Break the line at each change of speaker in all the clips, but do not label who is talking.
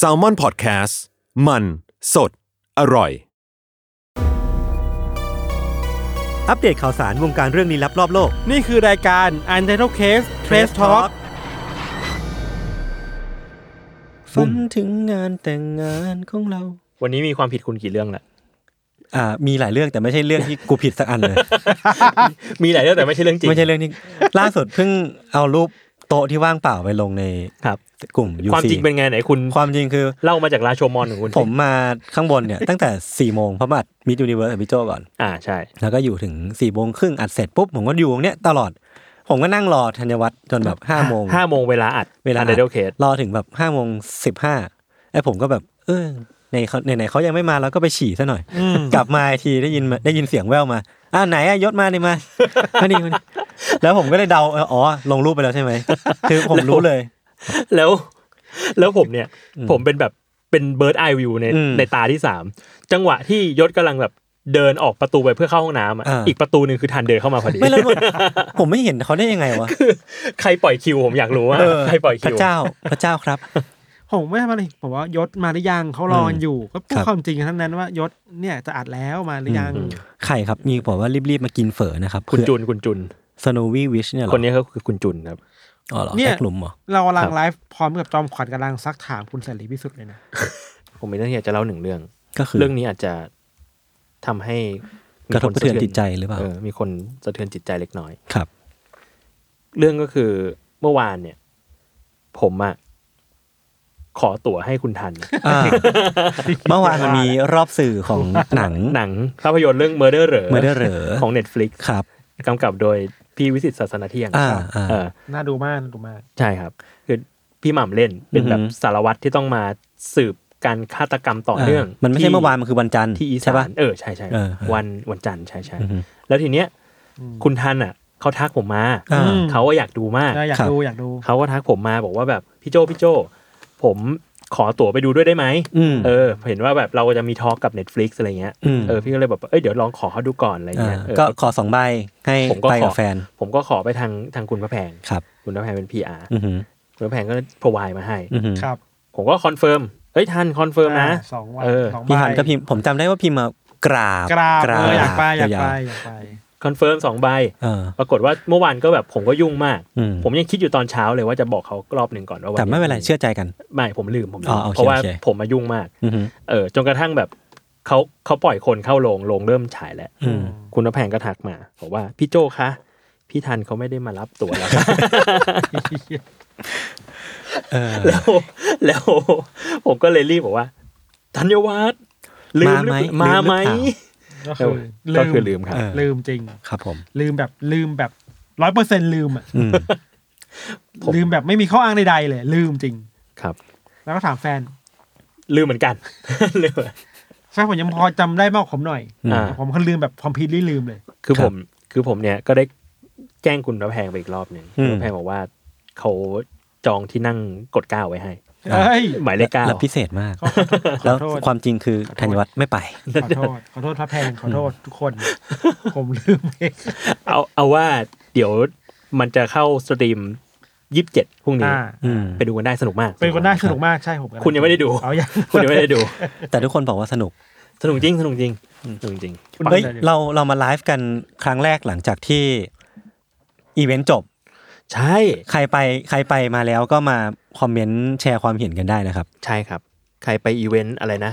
s a l m o n PODCAST มัน สด อร่อย
อัปเดตข่าวสารวงการเรื่องลี้ลับรอบโลก
นี่คือรายการ u n t i t l e Case Trace Talk
บุ้
ฝัน
ม
ถึงงานแต่งงานของเรา วันนี้มีความผิดคุณกี่เรื่องละ
อ่ามีหลายเรื่องแต่ไม่ใช่เรื่องที่กูผิดสักอันเลย
มีหลายเรื่องแต่ไม่ใช่เรื่องจริง
ไม่ใช่เรื่องนี้ ล่าสุดเพิ่งเอารูปโต๊ะที่ว่างเปล่าไปลงใน
ครับ
กลุ่ม UC
ความจริงเป็นไงไหนคุณ
ความจริงคือ
เล่ามาจากราโชมอนของคุณสิ
ผมมาข้างบนเนี่ย ตั้งแต่4ี่โมงเพราะมามิจูนิเวิร์สพี่โจก่อน
อ่าใช่
แล้วก็อยู่ถึง4ี่โมงครึ่งอัดเสร็จปุ๊บ ผมก็อยู่ตรงเนี้ยตลอด ผมก็นั่งรอธัญวัฒน์จนแบบ5้าโมง
ห้าโมงเวลาอัด
เวลา
u n t i t l e Case
รอถึงแบบห้าโมงสิบห้าไอ้ผมก็แบบ เออในเขาไหนๆเขายังไม่มาเราก็ไปฉี่ซะหน่อย กลับมาอีกทีได้ยินมาได้ยินเสียงแว่วมาอ่าไหนอะยศมาเนี่ยมา มานี่มานี่แล้วผมก็เลยเดาเอออ๋อ ลงรูปไปแล้วใช่ไหมคือผมรู้เลย
แล้ว แล้วผมเนี่ย ผมเป็นแบบเป็นเบิร์ดไอวิวใน
อืม
ในตาที่สามจังหวะที่ยศกำลังแบบเดินออกประตูไปเพื่อเข้าห้องน้ำอ่ะ
อ่า
อีกประตูหนึ่งคือทันเดินเข้ามาพอดี
ไม่แล้วผมผมไม่เห็นเขาได้ยังไงวะ
ใครปล่อยคิวผมอยากรู้ว่า
เออ
ใครปล่อย
พ
คิ
ระ
ว
เจ้าพระเจ้าครับ
ผมไม่ทำอะไรผมว่ายศมาหรือยังเขารอกันอยู่ ก็พู
ค
ด
รับ
ความจริงทั้งนั้นว่ายศเนี่ยจะอัดแล้วมาหรือยัง
อืม
ไข่ครับมีบอกว่ารีบๆมากินเฝอนะครับ
คุณจุนคุณจุน
สโนวี่วิชเนี่ยเหรอ
คนนี้ก็คือคุณจุนครับ
อ๋อเหรอ
เนี่ย
แตกหลุมเหรอ
เรากำ
ค
ลั
รั
ง
บ
ไลฟ์พร้อมกับจอมขวัญกำลังซักถามคุณเสรีพิสุทธิ์เลยนะ
ผมมีเรื่องที่อยากจะเล่าหนึ่งเรื่อง
ก็คือ
เรื่องนี้อาจจะทำให้มี
กระทบ
ค
กระเทือนจิตใจหรือเปล่า
เออมีคนสะเทือนจิตใจเล็กน้อย
ครับ
เรื่องก็คือเมื่อวานเนี่ย ผมอะขอตั๋วให้คุณทัน
อ่าเมื่อวานมันมีรอบสื่อของหนัง
หนังภาพยนตร์เรื่อง Murder เหรอ
Murderer
ของ Netflix
ครับ
กำกับโดยพี่วิสิตศาสนาเที่ยง
อ่า
ครับ
อ่า
เออ
น่าดูมากน่าดูมาก
ใช่ครับ คือพี่หม่ำเล่นเป็นแบบ
อือหือ
สารวัตรที่ต้องมาสืบการฆาตกรรมต่อเนื่อง
มันไม่ใช่
ที่
เมื่อวานมันคือวันจันทร์
ที่อี
ใช่
สา
ปะ
นเออใช่ใช่
เออเออ
วันวันจันทร์ใช่ใช่
อือฮึ
แล้วทีเนี้ยคุณทันอ่ะเขาทักผมมา
อ่า
เขาว่าอยากดูมาก
อยาก
ครับ
ดูอยากดู
เขาก็ทักผมมาบอกว่าแบบพี่โจพี่โจ ผมขอตั๋วไปดูด้วยได้ไหม
อืม
เออ เห็นว่าแบบเราจะมีทอล์กกับ Netflix อะไรเงี้ย
อืม
เออพี่ก็เลยแบบเอ้ยเดี๋ยวลองขอเขาดูก่อนอะไรเงี้ย
อ่า
เออ
ก็ขอสองใบให้
ผมก็
ไป
ข
กั
อบ
แฟน
ผมก็ขอไปทางทางคุณพระแพง
ครับ
คุณพระแพงเป็น PR
อือหือ
คุณพระแพงก็ provide มาให้
อือหือ
ครับ
ผมก็คอนเฟิร์มเอ้ยทันคอนเฟิร์มนะ
อ่าสองวัน
เออ
สองใบ
พี่หันก็พิมพ์ผมจำได้ว่าพิมพ์มากราบ
กราบเอออยากไปอยากไป
ว
อยากไป
คอนเฟิร์มสองใบ
ๆเออ
ปรากฏว่าเมื่อวานก็แบบผมก็ยุ่งมาก
อืม
ผมยังคิดอยู่ตอนเช้าเลยว่าจะบอกเขารอบหนึ่งก่อนว่าวั
แต่ไม่เป็นไรเชื่อใจกัน
ไม่ผมลืมผมลื
อ๋
ม
อโอเค
เพราะว่า
โอเค
ผมมายุ่งมาก
อือหือ
เออจนกระทั่งแบบเขาเขาปล่อยคนเข้าโรงโรงเริ่มฉายแล้ว
อืม
คุณนพแพงก็ทักมาบอกว่าพี่โจคะพี่ทันเขาไม่ได้มารับตั๋วแล้ว
เออ
แล้วแล้ว ผมก็เลยรีบบอกว่า ธัญวัฒน์ลืมรือเปล่
มาไหม
มาไหม
ลืมหรือเปล่
เออ
ก็คือลื
ก็
ม
คือลืมครับ
เออ
ลืมจริง
ครับผม
ลืมแบบลืมแบบร้อยเปอร์เซ็นลืมอ่ะ
อืม
ผม
ลืมแบบไม่มีข้ออ้างใดๆเลย ลืมจริง
ครับ
แล้วก็ถามแฟน
ลืมเหมือนกัน ลืม
แฟนผมยังพอจำได้มากกว่าผมหน่อย
อ่า
ผมก็ลืมแบบคอมพิวต์ลืมเลย
คือผมคือผมเนี่ยก็ได้แจ้งคุณพระแพงไปอีกรอบหนึ่งคุณพระแพงบอกว่าเขาจองที่นั่งกดเก้าไว้ให้
เฮ้ย
หมายเลขเก้า
และพิเศษมาก
ขอข
แล้
อ
ว
โทษ
ความจริงคือธัญวัฒน์ไม่ไป
ขอโทษ ขอโทษพระแพง ขอโทษทุกคน ผมลืมเอง
เอาเอาว่าเดี๋ยวมันจะเข้าสตรีมยี่สิบเจ็ดพรุ่งนี้
อ่า
อืม
ไปดูกันได้สนุกมาก
เป็นคนน่าสนุกมากใช่ผม
คุณยังไม่ได้ดู
เอาอย่าง
คุณยังไม่ได้ดู
แต่ทุกคนบอกว่าสนุก
สนุกจริง สนุกจริงสนุกจริง
คุณ
เฮ้ย
ได้เลย
เราเรามาไลฟ์กันครั้งแรกหลังจากที่อีเวนต์จบ
ใช่
ใครไปใครไปมาแล้วก็มาคอมเมนต์แชร์ความเห็นกันได้นะครับ
ใช่ครับ ใครไปอีเวนต์อะไรนะ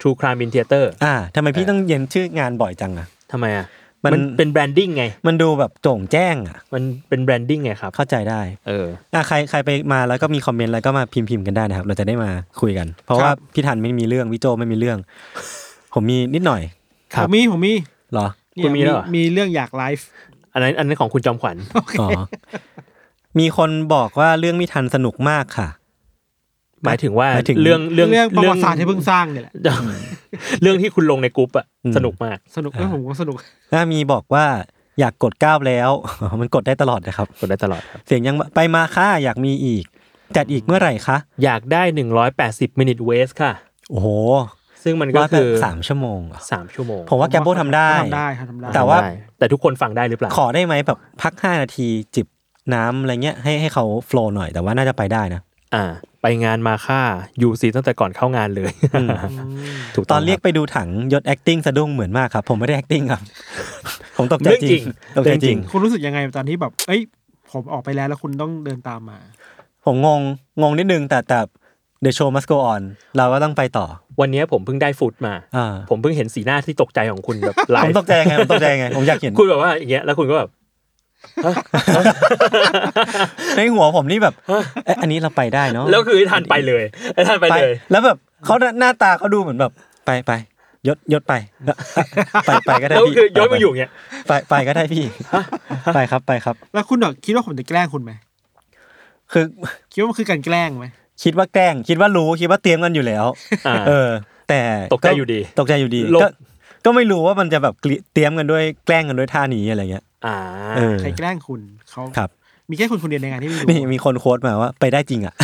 True Crime in Theater
อ่าทำไมพี่ต้องเย็นชื่องานบ่อยจังอ่ะ
ทำไมอ่ะ
มัน
มันเป็นแบรนดิ้งไง
มันดูแบบโจ่งแจ้งอ่ะ
มันเป็นแบรนดิ้งไงครับ
เข้าใจได้
เออ
อ่ะใครใครไปมาแล้วก็มีคอมเมนต์แล้วก็มาพิมพ์พิมพ์กันได้นะครับ เราจะได้มาคุยกัน เพราะว่าพี่ทันไม่มีเรื่องพี่โจไม่มีเรื่อง ผมมีนิดหน่อย
ครับ
ผมมีผมมี
เหรอ
เนี่
คุณ
ย
มีแล้วเหรอ
มีเรื่องอยากไลฟ์
อันนั้นอันนั้นของคุณจอมขวัญ
อ๋อมีคนบอกว่าเรื่องพี่ทันสนุกมากค่ะ
หมายถึงว่า
หมายถึง
เรื่องเรื่อง
เรื่องประวัติศาสตร์ที่เพิ่งสร้างเนี่ยแหละ
เรื่องที่คุณลงในกรุ๊ปอะ
อืม
สนุกมาก
สนุกเออผมก็สนุก
ถ้ามีบอกว่าอยากกดก้าวแล้ว มันกดได้ตลอดนะครับ
กดได้ตลอดครับ
เสียงยังไปมาค่ะอยากมีอีก จัดอีกเมื่อไหร่คะ
อยากได้หนึ่งร้อยแปดสิบมินิทเวสค่ะ
โอ้โห
ซึ่งมันก็
ว่า
คือ
สามชั่วโมงเหรอ
สามชั่วโมง
ผมว่าแกมโบทำได้
ทำได้ครับทำได้
แต่ว่า
ได้แต่ทุกคนฟังได้หรือเปล่า
ขอได้ไหมแบบพักห้านาทีจิบน้ำอะไรเงี้ยให้ให้เขาโฟล์หน่อยแต่ว่าน่าจะไปได้นะ
อ่า ไปงานมาค่ายูซีตั้งแต่ก่อนเข้างานเลย
อืม
ถูก
ต
ต้
อ
อน ง
เรียกไปดูถังยศ acting สะดุ้งเหมือนมากครับ ผมไม่ได้ acting ครับ ผมตก
ค
ใจ
รับ
จริงตกใจ
เรื่องจริงเรื่อง
จ
จ
ริ
ริ
ง
ง
คุณรู้สึกยังไงตอนที่แบบ เอ้ย ผมออกไปแล้วแล้วคุณต้องเดินตามมา
ผมงงงงนิดนึงแต่แต่ the show must go on เราก็ต้องไปต่อ
วันนี้ผมเพิ่งได้ฟุตมา
อ่า
ผมเพิ่งเห็นสีหน้าที่ตกใจของคุณแบบไล
ผม
ฟ์
ตกใจยังไงผมตกใจยังไง ผมอยากเห็น
คุณแบบว่าอย่างเงี้ยแล้วคุณก็แบบฮะฮะ
ในหัวผมนี่แบบเอ๊ะอันนี้เราไปได้เนาะ
แล้วคือไอ้ทันไปเลยไอ้ทันไปเลย
แล้วแบบเขาหน้าตาเขาดูเหมือนแบบ ไปไปยศยศไปแล้วไปไปก็ได้
แล้ว
พี่
คือย้อนมาอยู่อย่างเงี้ย
ไปไปก็ได้พี่ ไปครับไปครับ
แล้วคุณแบบคิดว่าผมจะแกล้งคุณไหม
คือ
คิดว่ามันคือการแกล้งไหม
คิดว่าแกล้ง คิดว่ารู้คิดว่าเตรียมกันอยู่แล้ว
อ่า
เออ แต่
ตกใจอยู่ดี
ตกใจอยู่ดี
ลบ
ก็ก็ไม่รู้ว่ามันจะแบบเกลีเตรียมกันด้วยแกล้งกันด้วยท่านี้อะไรเงี้ย
อ่า
เออ
ใครแกล้งคุณเขา
ครับ
มีแค่คุณคนเดียวในงานที่ไม่รู้
นี่มีคนโค้ดมาว่าไปได้จริงอ่ะ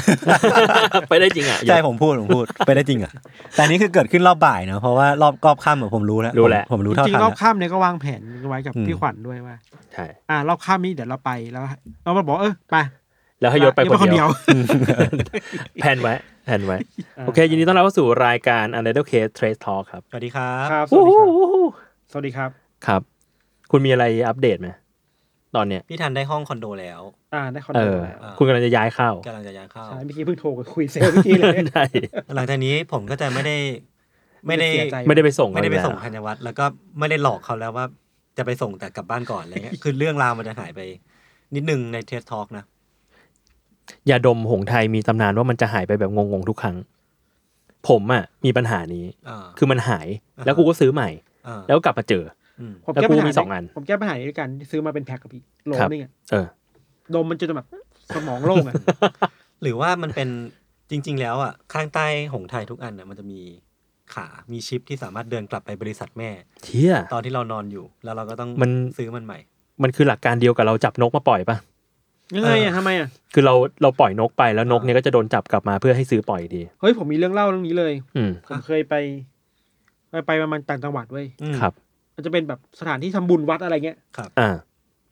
ไปได้จริงอ่ะ
ใช่ผมพูดผมพูดไปได้จริงอ่ะ แต่อันนี้คือเกิดขึ้นรอบบ่ายเนอะเพราะว่ารอบรอบค่ำอะผมรู้แล้ว
รู้แล้ว
ผมผมรู้
จ
เท่า
ริง
ทัน
ๆรอบ
แล้ว
ข้ามเนี่ยก็วางแผนไว้กับ
อืม
พี่ขวัญด้วยว่า
ใช่
อ่ารอบข้ามนี้เดี๋ยวเราไปแล้วเรามาบอกเออไป
แล้วให้ยศไปคนเดียว แผนไว้แผนไว้ โอเค ยินดีต้อนรับเข้าสู่รายการ u n d e r t a l e Trace Talk ครับ
สวัสดีครั
ครับ บ สวัสดีครับสวัสดีครับ
ครับ คุณมีอะไรอัปเดตไหมตอนเนี้ย
พี่ทันได้ห้องคอนโดแล้ว
อ่าได้คอน
เอ
โด
อ
แล้ว
คุณกำลังจะย้ายเข้าก
ำลังจะย้ายเข้า
ใช่เมื่อกี้เพิ่งโทรกับคุยเซลล์เมื่อกี้เลย
ได้
หลังจากนี้ผมก็จะไม่ได้ ไม่ได้
เสียใจ
ไม่ได้ไปส่ง
ไม่ได้ไปส่ง
เขา
ธั
อีก
ญ
แล้ว
วัฒน์แล้วก็ไม่ได้หลอกเขาแล้วว่า จะไปส่งแต่กลับบ้านก่อนอะไร เงี้ยคือเรื่องราวมันจะหายไป นิดนึงในเทสทอล์กนะ
ยาดมหงส์ไทยมีตำนานว่ามันจะหายไปแบบงงๆทุกครั้ง ผมอ่ะมีปัญหานี้
อ่า
คือมันหาย
อ่าฮะ
แล้วกูก็ซื้อใหม่
อ่า
แล้วกลับมาเจอ
อืม
ผมแก้ปัญ
แล้ว
หา
กูมีสองอัน
ผมแก้ปัญหานี้ด้วยกันซื้อมาเป็นแพ็คกับพี่โหล
ครับ
นึงอะ
เออ
ดมมันจะแบบสมองโล่งอ่ะ
หรือว่ามันเป็น จริง ๆ แล้วอ่ะข้างใต้หงส์ไทยทุกอันน่ะมันจะมีขามีชิปที่สามารถเดินกลับไปบริษัทแม่
เที่ย
ตอนที่เรานอนอยู่ แล้วเราก็ต้อง
มัน
ซื้อมันใหม่
มันคือหลักการเดียวกับเราจับนกมาปล่อยปะ
ยังไงอ่ะทำไมอ่ะ
คือเราเราปล่อยนกไปแล้วนกเนี่ยก็จะโดนจับกลับมาเพื่อให้ซื้อปล่อยดี
เฮ้ยผมมีเรื่องเล่าเรื่องนี้เลย
อืม
ผมเคยไปไปไปประมาณต่างจังหวัดเว้ย
อืม
ครับ
มันจะเป็นแบบสถานที่ทำบุญวัดอะไรเงี้ย
อ่า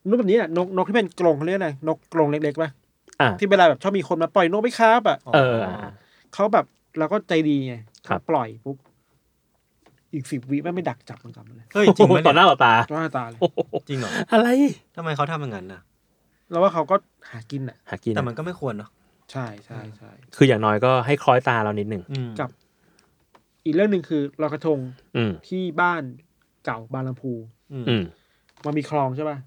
นู้นแบบนี้อ่ะนกนกที่เป็นกรงเขาเรียกอะไรนกกรงเล็กๆป่ะ
อ่า
ที่เวลาแบบชอบมีคนมาปล่อยนกไปคาบอ่ะ
เออ
เขาแบบเราก็ใจดีไง
ครับ
ปล่อยปุ๊บอีกสิบวิแม่งไม่ดักจับมันกลับมาเลย
เฮ้ยจริงไหม
ต่อห
เนี่ย
น้าต่อตา
จ้องหน้าตาเลย
จริงเหรอ
อะไร
ทำไมเขาทำอย่างนั้นน่ะ
แล้วว่าเขาก็หากินอ่ะ
หากิน
แต่มันก็ไม่ควรเนาะ
ใช่ใช่ใช่
คืออย่างน้อยก็ให้คล้อยตาเรานิดหนึ่ง
อืม
กับ อีกเรื่องหนึ่งคือลอยกระทง
อืม
ที่บ้านเก่าบางลำพู
อืม
อืม
มันมีคลองใช่ป่ะ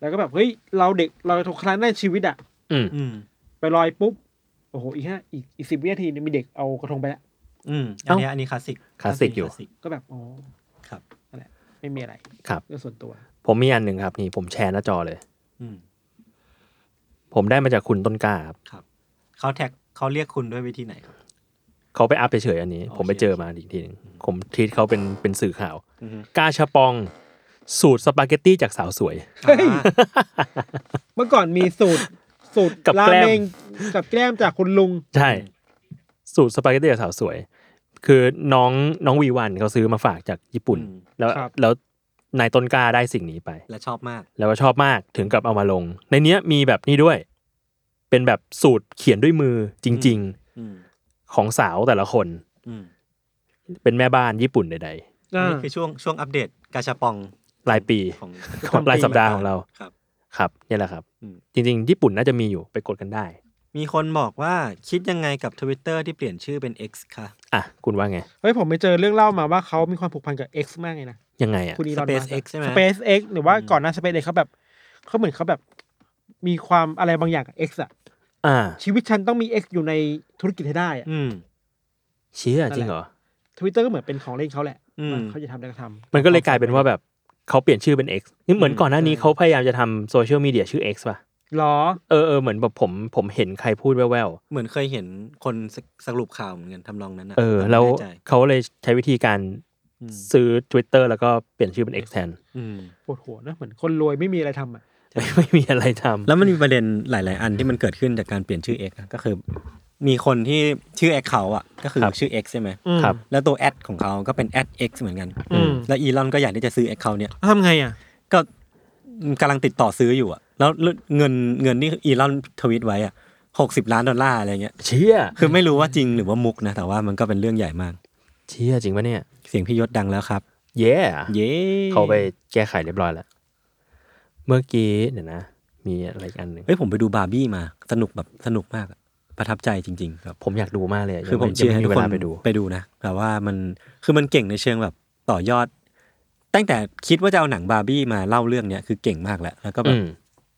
แล้วก็แบบเฮ้ยเราเด็กเราทุกครั้งในชีวิตอะ
อืม
อืม
ไปลอยปุ๊บโอ้โหอีกห้าอีกอีกสิบวินาทีเนี่ยมีเด็กเอากระทงไปแล้ว
อืมอั
เอ้า
นเนี้ยอันนี้คลาสสิก
คลาสสิกอยู่
ลาสสิก
ก็แบบอ๋อ
ครับ
นั่นแหละไม่มีอะไร
ครับ
เรื่องส่วนตัว
ผมมีอันหนึ่งครับ นี่ผมแชร์หน้าจอเลย
อืม
ผมได้มาจากคุณต้นกล้าครับ
เขาแท็กเขาเรียกคุณด้วยวิธีไหนครับ
เขาไปอัพเฉยๆอันนี้
โอเค
ผมไปเจอมาอีกทีหนึ่งผมทีทเขาเป็นเป็นสื่อข่าว
อืม
กาชาปอง สูตรสปาเกตตี้จากสาวสวย
เฮ้ยเมื่อก่อนมีสูตรสูตร
กับ
รา
แกล้ม
เมงกับแกล้มจากคุณลุง
ใช่ สูตรสปาเกตตี้จากสาวสวย คือน้องน้องวีวันเขาซื้อมาฝากจากญี่ปุ่น
อืม
แล้วแล้วนายต้นกล้าได้สิ่งนี้ไป
และชอบมาก
แล้วก็ชอบมากถึงกับเอามาลง ในเนี้ยมีแบบนี้ด้วย เป็นแบบสูตรเขียนด้วยมือจริง
อืม
ๆ ของสาวแต่ละคน
อืม
เป็นแม่บ้านญี่ปุ่นใด
อัน
อ่า
นี่คือช่วงช่วงอัปเดตกาชาปอง
ๆรายปี
ของ
ของรายสัปดาห์ของเรา
ครับ
ครับเนี่ยแหละครับ
อืม
จริงๆ ญี่ปุ่นน่าจะมีอยู่ไปกดกันได้
มีคนบอกว่าคิดยังไงกับ Twitter ที่เปลี่ยนชื่อเป็น X ค่ะ
อ่ะ คุณว่าไง
เฮ้ยผมไปเจอเรื่องเล่ามาว่าเขามีความผูกพันกับ X มากเลยนะ
ยังไงอ่ะ
คุณอีลอน
SpaceX ใช่ไหม
Space X หรือว่า
อืม
ก่อนหน้า Space X เขาแบบเขาเหมือนเขาแบบ มีความอะไรบางอย่างกับ X อะ
อ่า
ชีวิตฉันต้องมี X อยู่ในธุรกิจให้ได้อะ
อืม
เชี่ยจริงเหรอ
ทวิตเตอร์ก็เหมือนเป็นของเล่นเขาแหละ
อืม
ว่าเขาจะทำอะไรก็ทำ
มันก็เลยกลายเป็นว่าแบบเขาเปลี่ยนชื่อเป็น X นี่เหมือนก่อนหน้านี้
ใช่
เขาพยายามจะทำโซเชียลมีเดียชื่อ X ป่ะ
หรอ
เออเออเหมือนแบบผมผมเห็นใครพูดแว่ว
เหมือนเคยเห็นคนสรุปข่าวเหมือนกันทำนองนั้นนะ
ๆเออ
ต่ไม่
แล้ว
น่ใจ
เขาเลยใช้วิธีการ
อืม
ซื้อ Twitter แล้วก็เปลี่ยนชื่อเป็น X แทน
อืม
ปวดหัวนะเหมือนคนรวยไม่มีอะไรทำอ่ะ
ไม่ไม่มีอะไร ทำ
แล้วมันมีประเด็นหลาย ๆ อันที่มันเกิดขึ้นจากการเปลี่ยนชื่อ X อะก็คือ มีคนที่ชื่อ X เขาอ่ะ ก็คือ
ครับ
ชื่อ X ใช่ไหม
ครับ
แล้วตัวแอดของเขาก็เป็นแอด X เหมือนกัน
อืม
แล้วอีลอนก็อยากที่จะซื้อ X เขาเนี่ย
ทำไงอ่ะ
ก็กำลังติดต่อซื้ออยู่อ่ะ แล้วเงินเงินที่อีลอนทวิตไว้อ่ะหกสิบล้านดอลลาร์อะไรเงี้ย
เชี่ย
คือไม่รู้ว่าจริงหรือว่ามุกนะ แต่ว่ามันก็เป็นเรื่องใหญ่มาก
เชี่ยจริงปะเนี่ย
เสียงพี่ยศดังแล้วครับ
เย่
เย้
เขาไปแก้ไขเรียบร้อยแล้ว เมื่อกี้เดี๋ยวนะ มีอะไรอีกอันหนึ่ง
เฮ้ยผมไปดูบาร์บี้มา สนุกแบบสนุกมากอะประทับใจจริง ๆ ครับ
ผมอยากดูมากเลยะ
คือผม
ยังไ
เชียร์ให้
ยัง
ทุก
ไเว
คน
ลาไปดู
ไปดูนะแต่ว่ามันคือมันเก่งในเชิงแบบต่อยอด ตั้งแต่คิดว่าจะเอาหนังบาร์บี้มาเล่าเรื่องเนี้ยคือเก่งมากแล้ว แล้วก็แบ
อื
บ
ม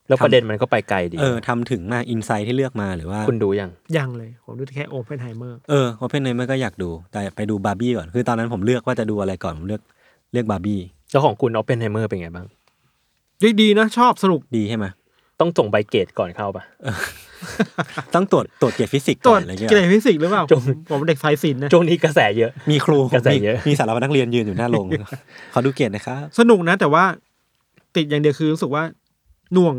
แล้วประเด็นมันก็ไปไกลดี
เออทำถึงมากอินไซต์ที่เลือกมาหรือว่า
คุณดูยัง
ยังเลย ผมดูแค่โอเพนไฮเมอร์
เออโอเพนเนมันก็อยากดู แต่ไปดูบาร์บี้ก่อน คือตอนนั้นผมเลือกว่าจะดูอะไรก่อน ผมเลือกเลือกบาร์บี้
แล้วของคุณออปเพนไฮเมอร์เป็นไงบ้าง
ดีดีนะ ชอบสนุก
ดีใช่ไหม
ต้องส่งใบเกรดก่อนเข้าปะ
ต้องตรวจตรวจเกียรติฟิสิกส์
ตร
ก่
ว
อ
จ
นอะไรเงี้ย
เกรดฟิสิกส์หรือเปล่า
จ
ผ
ง
มผมเด็กสายศิลป์นะ
ช่วงนี้กระแสเยอะ
มีครู
กระแส
มี
เยอะ
มีสารวัตรนักเรียนยืนอยู่หน้าโรง เขาดูเกียรตินะครับ
สนุกนะ แต่ว่าติดอย่างเดียวคือรู้สึกว่าหน่วง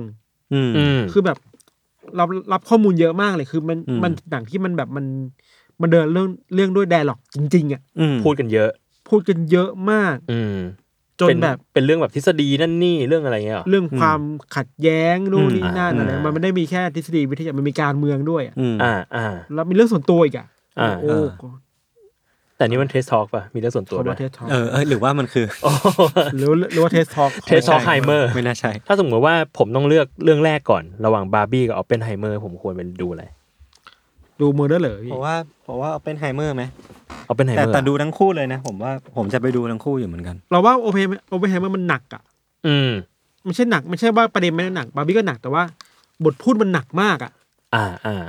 อืม
อืม
คือแบบรับรับข้อมูลเยอะมากเลยคือมัน
อืม
มันหนังที่มันแบบมันมันเดินเรื่องเรื่องด้วยแดร์ล็อกจริง ๆอ่ะ
อืม
พูดกันเยอะ
พูดกันเยอะมาก
อืม
จน
เป็น
แบบ
เป็นเรื่องแบบทฤษฎีนั่นนี่เรื่องอะไรเงี้ยเหรอ
เรื่องความขัดแย้งนู่นนี่
อืม
นั่น
อ่า
อะไร
อ่ามั
มันไม่ได้มีแค่ทฤษฎีวิทยามันมีการเมืองด้วยอะ
อืม
อ่าอ่า
แล้วมีเรื่องส่วนตัวอีกอ่ะ
อ่า
โอ้
อ่า
โห
แต่นี่มันเทสทอล์กป่ะ มีเรื่องส่วนตัวด้ว
ว่าย เทสทอล์ก
เออเออหรือว่ามันคือ
โอ้โห
หรือหรือว่าเทสท อล์ก
เทสทอล์กไฮเมอร์
ไม่น่าใช่
ถ้าสมมติว่าผมต้องเลือกเรื่องแรกก่อน ระหว่างบาร์บี้กับออปเพนไฮเมอร์ผมควรไปดูอะไร
ดูเมอร์เดอร์เลย
เพราะว่าเพราะว่าเป็นไฮเมอร์ไหม
ออปเพนไฮ
แต่
เมอร์
แต่ดูทั้งคู่เลยนะ ผมว่าผมจะไปดูทั้งคู่อยู่เหมือนกัน
เราว่าโอเพนโอเพนไฮเมอร์มันหนักอ่ะ
อืม
ไม่ใช่หนักไม่ใช่ว่าประเด็นมันหนักบาร์บี้ก็หนักแต่ว่า บทพูดมันหนักมากอ่ะ
อ่าอ่า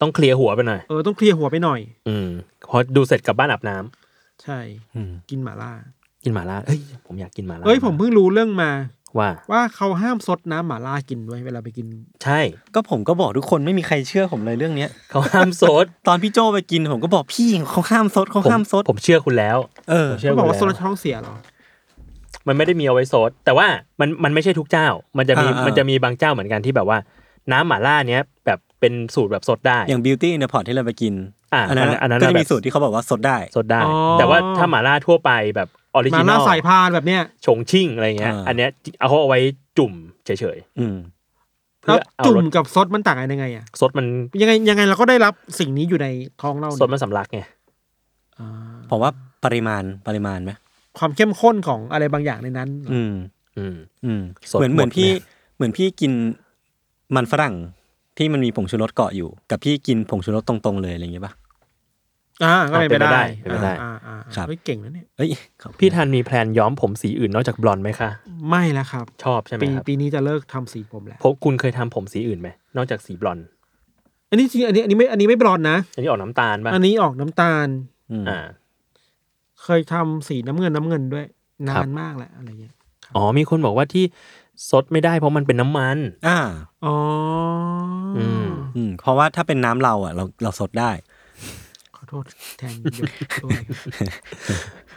ต้องเคลียร์หัวไปหน่อย
เออต้องเคลียร์หัวไปหน่อย
อืม พอดูเสร็จกลับบ้านอาบน้ำ
ใช่
อืม
กินหมาล่า
กินหมาล่าเอ้ย ผมอยากกินหมาล่า
เอ้ยผมเพิ่งรู้เรื่องมา
ว่า
ว่าเขาห้ามซดน้ำหมาล่ากินด้วยเวลาไปกิน
ใช่
ก็ผมก็บอกทุกคนไม่มีใครเชื่อผมเลยเรื่องเนี้ย
เขาห้ามโซ ด
ตอนพี่โจไปกินผมก็บอกพี่เขาห้ามซดเขาห้ามซด
ผมเชื่อคุณแล้ว
เออ
ผมเชื่
เขา
คุณ
บอกว่าโซ
แล้
นท้องเสียเหรอ
มันไม่ได้มีเอาไว้ซดแต่ว่ามันมันไม่ใช่ทุกเจ้า มันจะมี
อ่าอ่ามั
มันจะมีบางเจ้าเหมือนกันที่แบบว่า น้ำหม่าล่าเนี้ยแบบเป็นสูตรแบบซดได้
อย่าง Beauty in the Pot ที่เราไปกิน
อ่ะ
นนั้น
อันนั้น
ก็จะมีสูตรที่เขาบอกว่าซดได้
ซดได้
อ๋อ
แต่ว่าถ้าหม่าล่าทั่วไปแบบออริ
หมา
จิน
ล่า
อล
สายพานแบบเนี้ย
ชงชิ่งอะไรเงี้ย
อ่า
อันเนี้ยเอาเขาเอาไว้จุ่มเฉย
อืม
ๆ
แล้
เพื่
ว
อเอา
จุ่
ร
ม
ส
กับซดมันต่างกันยังไงอ่ะ
ซดมัน
ยังไงยังไงเราก็ได้รับสิ่งนี้อยู่ในท้องเรา
ซด
เนี่ย
มันสำลักไง
อ่า
ผมว่าปริมาณปริมาณไหม
ความเข้มข้นของอะไรบางอย่างในนั้นเหรอ
อืม
อืม
อืม
สด
เหมือน
หมด
เหมือนพี่
เลย
เหมือนพี่กินมันฝรั่งที่มันมีผงชูรสเกาะอยู่ กับพี่กินผงชูรสตรงๆเลยอะไรอย่างเงี้ยป่ะ
อ่าก็เป็นไปได้
เป็นไปได้
อ่าอ่าอ่า
ครับ
เฮ้ยเก่งนะเนี่ย
เอ้ยขอบคุณ
พี่ทันมีแพลนย้อมผมสีอื่นนอกจากบลอนด์ไหมคะ
ไม่แล้วครับ
ชอบใช่ไหม
ปี
ครับ
ปีนี้จะเลิกทำสีผมแล้ว
พบคุณเคยทำผมสีอื่นไหมนอกจากสีบลอนด์
อันนี้จริงอันนี้อันนี้ไม่อันนี้ไม่บลอนด์นะ
อันนี้ออกน้ำตาลป่ะ
อันนี้ออกน้ำตาล
อืม
อ่า
เคยทำสีน้ำเงินน้ำเงินด้วย นานมากแล้วอะไรเงี้ย
อ๋อมีคนบอกว่าที่ซดไม่ได้เพราะมันเป็นน้ำมัน
อ่า
อ๋ออ
ม
อืมเพราะว่าถ้าเป็นน้ำเราอ่ะ เราเราสดได้
ขอโทษแทนยศด้วย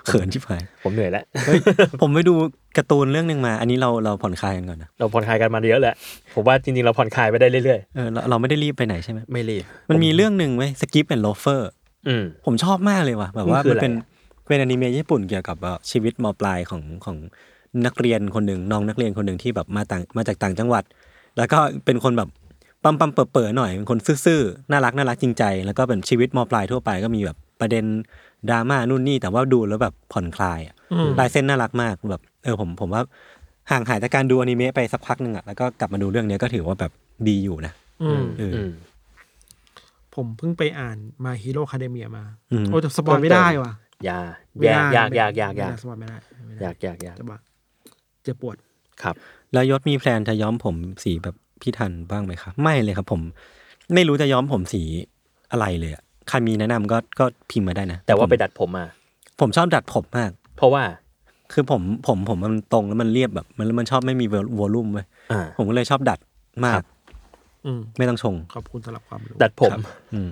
เขินชิบหาย
ผมเหนื่อยแล้ว
เฮ้ ย ผมไปดูการ์ตูนเรื่องหนึ่งมา อันนี้เราเราผ่อนคลายกันก่อนนะ
เราผ่อนคลายกันมาเยอะแล้ว ผมว่าจริงๆ เราผ่อนคลายไปได้เรื่อย
เออเราเราไม่ได้รีบไปไหนใช่ไหม
ๆ ไม่รีบ
มันมีเรื่องหนึ่งไว้สกิปแอนด์โลเฟอร์
อืม
ผมชอบมากเลยว่ะแบบว่า
มันคือ
มัน
อะไร
เป็นเป็นอนิเมะญี่ปุ่นเกี่ยวกับแบบชีวิตมปลายของของนักเรียนคนหนึ่งน้องนักเรียนคนหนึ่งที่แบบมาต่างมาจากต่างจังหวัด แล้วก็เป็นคนแบบปั๊มปั๊มเปิดๆหน่อยเป็นคนซื่อๆน่ารักน่ารักจริงใจ แล้วก็เป็นชีวิตมปลายทั่วไปก็มีแบบประเด็นดราม่านู่นนี่แต่ว่าดูแล้วแบบผ่อนคลายอะ
อืม
ลายเส้นน่ารักมากแบบเออผมผมว่าห่างหายจากการดูอนิเมะไปสักพักหนึ่งอ่ะแล้วก็กลับมาดูเรื่องเนี้ยก็ถือว่าแบบดีอยู่นะ
อืม
เอออื
อืม
ผมเพิ่งไปอ่านมาฮีโร่คาเดเมียมา
อืม
โอ้แต่สปอยไม่ได้ว่ะ
ยา
ไม่
ยา
ได้
ยากยากยากยาก
ไม่ได้สปอยไม่ได้ไม่ได้
ยากยากยาก
แต่ว่าเจ็บปวด
ครับ
แล้วยศมีแพลนจะย้อมผมสีแบบพี่ทันบ้างไหมครับ ไม่เลยครับ ผม ไม่รู้จะย้อมผมสีอะไรเลยอะใครมีแนะนำก็ก็พิมพ์มาได้นะ
แต่ว่า
ผม
ไปดัดผมมา
ผมชอบดัดผมมาก
เพราะว่า
คือผมผมผมมันตรงแล้วมันเรียบแบบ มันมันชอบไม่มีวอลลุ่มเว้ย
อ่า
ผมก็เลยชอบดัดมา
ครั
ก
บ
อืม
ไม่ต้องชง
ขอบคุณสำหรับความรู้
ดัดผม
ครับ
อืม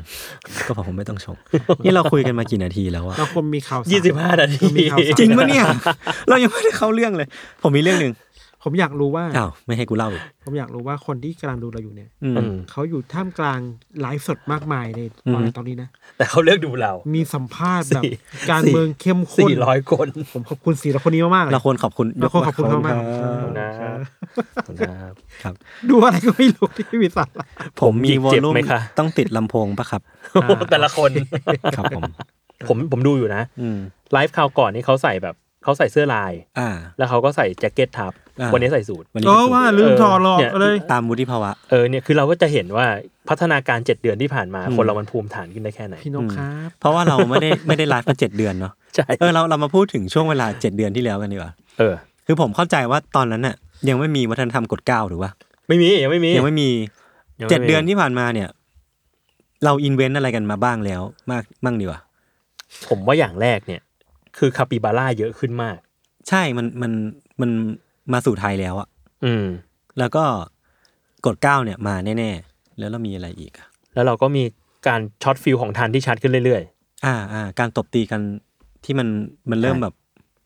ก็บอกผมไม่ต้องชง นี่เราคุยกันมากี่นาทีแล้วอะ
เราควรมีข่าวสาร
ยี่สิบห้านาที
มีข่าวสา
จริงปะเนี่ย เรายังไม่ได้เข้าเรื่องเลย ผมมีเรื่องหนึ่ง
ผมอยากรู้ว่า
อ้าวไม่ให้กูเล่าอีก
ผมอยากรู้ว่าคนที่กำลังดูเราอยู่เนี่ย
อืม
อืม
เขาอยู่ท่ามกลางไลฟ์สดมากมายใน
อืม
ตอนนี้นะ
แต่เขาเลือกดูเรา
มีสัมภาษณ์แบบ
สี่
การเมืองเข้มข้น
สี่ร้อยคน
ผมขอบคุณสี่ร้อยคนนี้มากๆเลย
เราควรขอบคุณ
เราควรขอบคุณเขามาก
ครับ
นะครับนะครับ
ดูอะไรก็ไม่รู้ที่มีสาระ
ผมมี
ผมหยิ
วอก ล
เจ็บ
ลุ่ม
ไหมคะ
ต้องติดลำโพงปะครับ
แต่ละคน
ครับผม
ผมผมดูอยู่นะ
อืม
ไลฟ์คราวก่อนนี่เขาใส่แบบเขาใส่เสื้อลาย
อ่า
แล้วเขาก็ใส่แจ็คเก็ตทับ
อ่า
วันนี้ใส่สูท
วันนี้
เอ
ก็
อ
คือ
ว่าลืม
เออ
ถอดหลอก
เนี่ย
เลย
ตามวุฒิภาวะ
เออเนี่ยคือเราก็จะเห็นว่าพัฒนาการเจ็ดเดือนที่ผ่านมา
อืม
คนเรามันภูมิฐานขึ้นได้แค่ไหน
พี่นกครับ
เพราะว่าเราไม่ได้ไม่ได้ไลฟ์มาเจ็ดเดือนเนาะ
ใช่
เออเราเรามาพูดถึงช่วงเวลาเจ็ดเดือนที่แล้วกันดีกว่า
เออ
คือผมเข้าใจว่าตอนนั้นน่ะ ยังไม่มีวัฒนธรรมกฎเกล้าหรือว่า
ไม่มียังไม่มี
ยังไม่มี
ยังไม่มี
เจ็ดเดือนที่ผ่านมาเนี่ย เราอินเวนต์อะไรกันมาบ้างแล้ว มากมั่งดีกว่า
ผมว่าอย่างแรกเนี่ย คือคาปิบาร่าเยอะขึ้นมาก
ใช่มันมันมันมาสู่ไทยแล้วอะ
อืม
แล้วก็กฎเกล้าเนี่ยมาแน่ๆ แล้วเรามีอะไรอีกอะ
แล้วเราก็มีการช็อตฟิลของทันที่ชัดขึ้นเรื่อย
อ่าอ่าการตบตีกันที่มันมันเริ่มแบบ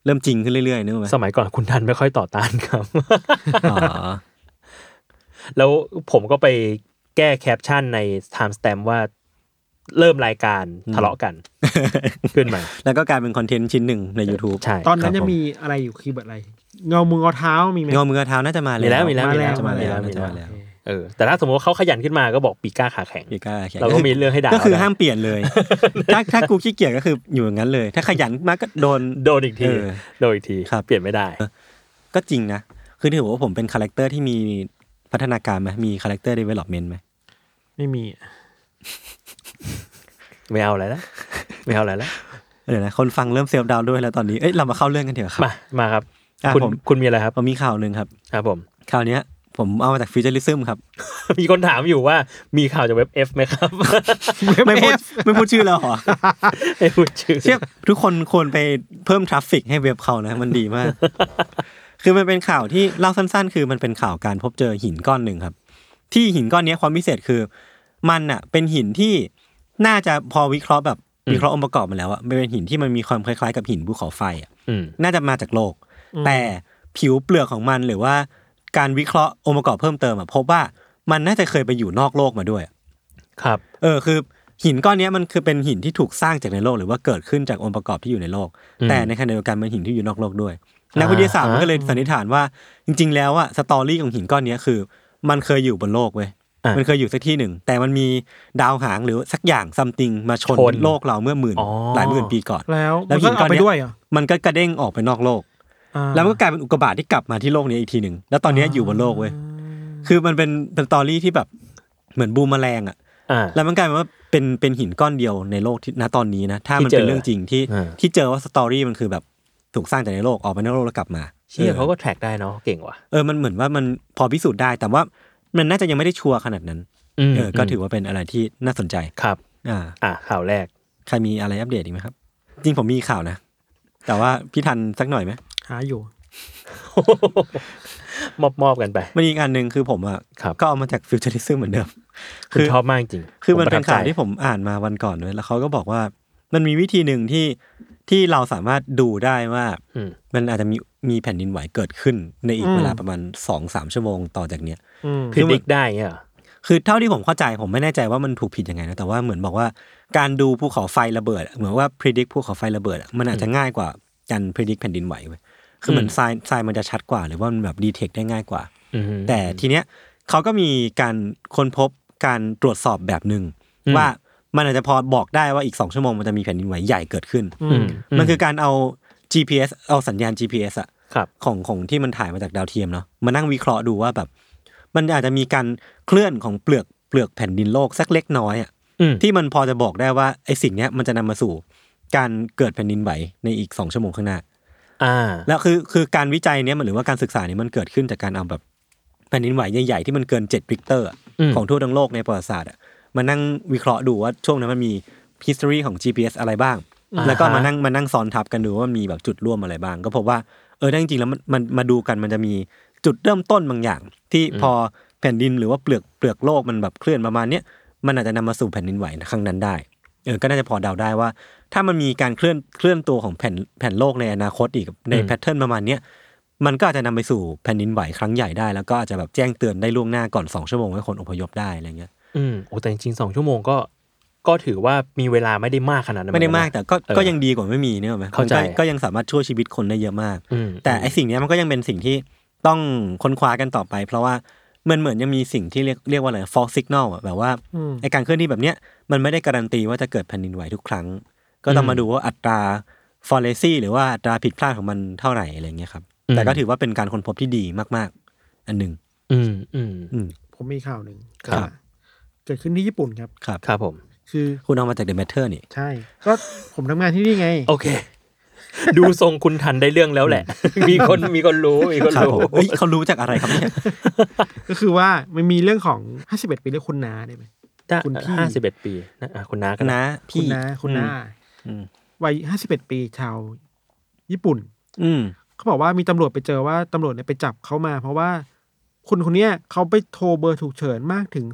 เริ่มจริงขึ้นเรื่อยๆนึกออกไหม
ๆ สมัยก่อนคุณทันไม่ค่อยต่อต้านครับ
อ๋อ
แล้วผมก็ไปแก้แคปชั่นใน Time Stamp ว่าเริ่มรายการทะเลาะ กัน ขึ้นมา
แล้วก็กลายเป็นคอนเทนต์ชิ้นหนึ่งใน YouTube
ใช่
ตอนนั้น
ครับ
จะมีอะไรอยู่คีย์เวิร์ดอะไร เงามือเงาเท้ามีไหม
งอมือเท้าน่าจะมาแล้ว
มีแล้วมีแล้ว
น่าจะมาแล้ว
มี
น่าจะ
แล้ว
มาแล้ว
เออแต่ถ้าสมมติว่าเขาขยันขึ้นมาก็บอกปีก้าขาแข็ง
อีกก็แข่ง
เราก็มีเรื่องให้ด่า
ก็คือ
แล้วนะ
ห้ามเปลี่ยนเลย ถ้าถ้ากูขี้เกียจก็คืออยู่อย่างนั้นเลย ถ้าขยันมากก็โดน
โดนอีกที
เออ
โดนอีกที
ครับ
เปลี่ยนไม่ได้
ก็จริงนะ คือถือว่าผมเป็นคาแรคเตอร์ที่มีพัฒนาการไหมมีคาแรคเตอร์เดเวล็อปเมนต์ไหม
ไม่มี
ไม่เอาอะไรแล้ว ไม่เอาอะไรแล้ว
เดี๋ยวนะ คนฟังเริ่มเซลฟ์ดาวน์ด้วยแล้วตอนนี้ เอ้ย เรามาเข้าเรื่องกันเถอะครับ
มามาครับ
อ่ะ
คุณ
ผม
คุณมีอะไรครับ
ผมมีข่าวหนึ่งครับ
ครับผม
ข่าวเนี้ย ผมเอามาจากฟิวเจอริซึมครับ
มีคนถามอยู่ว่ามีข่าวจากเว็บเอฟไหมครับ
ไม่พูดไม่พูดชื่อแล้วเหรอ
ไอ้พูดชื่อ
เชื่อทุกคนควรไปเพิ่มทราฟฟิกให้เว็บเขานะ มันดี มาก คือมันเป็นข่าวที่เล่าสั้นๆ คือมันเป็นข่าวการพบเจอหินก้อนหนึ่งครับ ที่หินก้อนเนี้ยความพิเศษคือ มันอ่ะ เป็นหินที่น่าจะพอวิเคราะห์แบบวิเคราะห์องค์ประกอบมาแล้วอะมันเป็นหินที่มันมีความคล้ายๆกับหินภูเขาไฟอะ
อืม
น่าจะมาจากโลก แต่ผิวเปลือกของมันหรือว่าการวิเคราะห์องค์ประกอบเพิ่มเติมอะพบว่ามันน่าจะเคยไปอยู่นอกโลกมาด้วย
ครับ
เออคือหินก้อนเนี้ยมันคือเป็นหินที่ถูกสร้างจากในโลก หรือว่าเกิดขึ้นจากองค์ประกอบที่อยู่ในโลก
อืม
แต่ในขณะเดียวกันเป็นหินที่อยู่นอกโลกด้วย
อ่านั
นักวิทยาศาสตร์มัน
ฮะ
ก็เลยสันนิษฐานว่าจริง ๆ แล้วอะสตอรี่ของหินก้อนเนี้ยคือ มันเคยอยู่บนโลกเว้ย
อ่ะ
มันเคยอยู่สักที่หนึ่ง แต่มันมีดาวหางหรือสักอย่างซัมติงมาชน
ชน
โลกเราเมื่อหมื่น
อ๋อ
หลายหมื่นปีก่อน
แล้ว
แล้
แล้ว ว
หิ
ก็
นก้อ
เอา
น
ไป
เนี้ย
ด้วยเหรอ
มันก็กระเด้งออกไปนอกโลก
อ่า
แล้วมันก็กลายเป็นอุกกาบาตที่กลับมาที่โลกนี้อีกทีหนึ่งแล้วตอนเนี้ยอยู่บนโลกเว้ยคือมันเป็นเป็นสตอรี่ที่แบบเหมือนบูมแมลงอะ
อ่า
แล้วมันกลายเป็นว่าเป็นเป็นหินก้อนเดียวในโลกที่ณตอนนี้นะ ถ้ามัน
ที่เจอ
เป็นเรื่องจริงที่
อ่า
ที่เจอว่าสตอรี่มันคือแบบถูกสร้างจากในโลกออกมานอกโลกแล้วกลับมา
เชี่ย
ออ
เขาก็แทร็กได้เนาะเก่งว่ะ
เออมันเหมือนว่ามันพอพิสูจน์ได้แต่ว่ามันน่าจะยังไม่ได้ชัวร์ขนาดนั้น
ม
เออก็ถือว่าเป็นอะไรที่น่าสนใจ
ครับ
อ่า
อ่ะข่าวแรก
ใครมีอะไรอัปเดตอีกไหมครับ จริงผมมีข่าวนะ แต่ว่าพี่ทันสักหน่อยไหม
หาอยู่
มอบมอบกันไป
มันมีอีกอันหนึ่งคือผมอ่ะ
ครับ
ก็เอามาจากฟิวเจอริซึมเหมือนเดิม
คุณชอบมากจริง
คือมัน
ผ
เป็น
ระทับ
ข่าว
ใจ
ที่ผมอ่านมาวันก่อนด้วยแล้วเขาก็บอกว่ามันมีวิธีหนึ่งที่ที่เราสามารถดูได้ว่า
อืม
มันอาจจะมีมีแผ่นดินไหวเกิดขึ้นในอีกเวลาประมาณสองสามชั่วโมงต่อจากเนี้ย
อืม
พิดิกได้เงี้ยเหรอ
คือเท่าที่ผมเข้าใจผมไม่แน่ใจว่ามันถูกผิดยังไงนะแต่ว่าเหมือนบอกว่าการดูภูเขาไฟระเบิดอะเหมือนว่าพิจิตรภูเขาไฟระเบิดอะมันอาจจะง่ายกว่าการพิจิตรแผ่นดินไหวเว้ยคือเหมือนทรายทรายมันจะชัดกว่า หรือว่ามันแบบดีเทคได้ง่ายกว่า
อือฮึ
แต่ทีเนี้ยเขาก็มีการค้นพบการตรวจสอบแบบหนึ่ง
อืม
ว่ามันอาจจะพอบอกได้ว่าอีกสองชั่วโมงมันจะมีแผ่นดินไหวใหญ่เกิดขึ้น
อืม
มันคือการเอา GPS เอาสัญญาณ GPS อะ
ครับ
ของของที่มันถ่ายมาจากดาวเทียมเนาะมานั่งวิเคราะห์ดูว่าแบบ มันอาจจะมีการเคลื่อนของเปลือกเปลือกแผ่นดินโลกสักเล็กน้อยอะ
อืม
ที่มันพอจะบอกได้ว่าไอ้สิ่งเนี้ยมันจะนำมาสู่การเกิดแผ่นดินไหวในอีกสองชั่วโมงข้างหน้า
อ่า
แล้วคือคือการวิจัยเนี้ยมันหรือว่าการศึกษาเนี้ยมันเกิดขึ้นจากการเอาแบบแผ่นดินไหวใหญ่ๆที่มันเกินเจ็ดริกเตอร์
อืม
ของทั่วทั้งโลกในประวัติศาสตร์อะมานั่งวิเคราะห์ดูว่าช่วงนั้นมันมี history ของ GPS อะไรบ้าง แล้วก็มานั่งมานั่งซ้อนทับกันดูว่ามีแบบจุดร่วมอะไรบ้าง ก็พบว่าเออถ้าจริงๆแล้วมันมันมาดูกันมันจะมีจุดเริ่มต้นบางอย่าง ที่พอ แผ่นดินหรือว่าเปลือกเปลือกโลกมันแบบเคลื่อนประมาณเนี้ยมันอาจจะนำมาสู่แผ่นดินไหวครั้งนั้นได้เออก็น่าจะพอเดาได้ว่า ถ้ามันมีการเคลื่อนเคลื่อนตัวของแผ่นแผ่นโลกในอนาคตอีกใน
อืม
แพทเทิร์นประมาณเนี้ยมันก็อาจจะนำไปสู่แผ่นดินไหวครั้งใหญ่ได้แล้วก็อาจจะแบบแจ้งเตือนได้ล่วงหน้าก่อนสองชั่วโมงให้คนอพยพได้อะไรเงี้ย
อืมโอ้แต่จริงๆสองชั่วโมงก็ ก็ถือว่ามีเวลาไม่ได้มากขนาดนั้น
ไม่ได้มาก
เหอนนนะ
แต่ก็
เออ
ก็ยังดีกว่าไม่มีเนี่ยหรอกไหม
เข้าใจ
มันก็ก็ยังสามารถช่วยชีวิตคนได้เยอะมาก
อืม
แต่ไอสิ่งเนี้ยมันก็ยังเป็นสิ่งที่ต้องค้นคว้ากันต่อไป เพราะว่ามันเหมือนยังมีสิ่งที่เรียกเรียกว่าอะไร false signal อะแบบว่า
อืม
ไอการเคลื่อนที่แบบเนี้ยมันไม่ได้การันตีว่าจะเกิดแผ่นดินไหวทุกครั้ง ก็ต้องมาดูว่าอัตรา fallacy หรือว่าอัตราผิดพลาดของมันเท่าไหร่อะไรเงี้ยครับแต่ก็ถือว่าเป็นการค้นพบที่ดีมากๆ อันหนึ่ง
อืมอืม
อืม
ผมมีข่าวหนึ่ง
ครับ
เกิดขึ้นที่ญี่ปุ่นครับ
ครับ
ครับผม
คือ
คุณเอามาจาก The Matter นี่
ใช่ ก็ผมทำงานที่นี่ไง
โอเค ดูทรงคุณทันได้เรื่องแล้วแหละ มีคนมีคนรู้มีคน
ครับ
รู้
ผมเอ้ยเขารู้จากอะไรครับเนี่ย
ก็คือว่ามันมีเรื่องของ 51 ปีเรียกคุณนาได้ไหม
ถ้า
คุณพี่
ห้าสิบเอ็ดปีนะอ่ะคุณน้ากันนะ
นะ
คุ
พี่
ณนาคุณนา
อืม
วัย 51 ปีชาว ญี่ปุ่น
อืม
เขาบอกว่ามีตำรวจไปเจอว่าตำรวจเนี่ยไปจับเขามา เพราะว่าคุณคนเนี้ยเขาไปโทรเบอร์ถูกเฉินมากถึง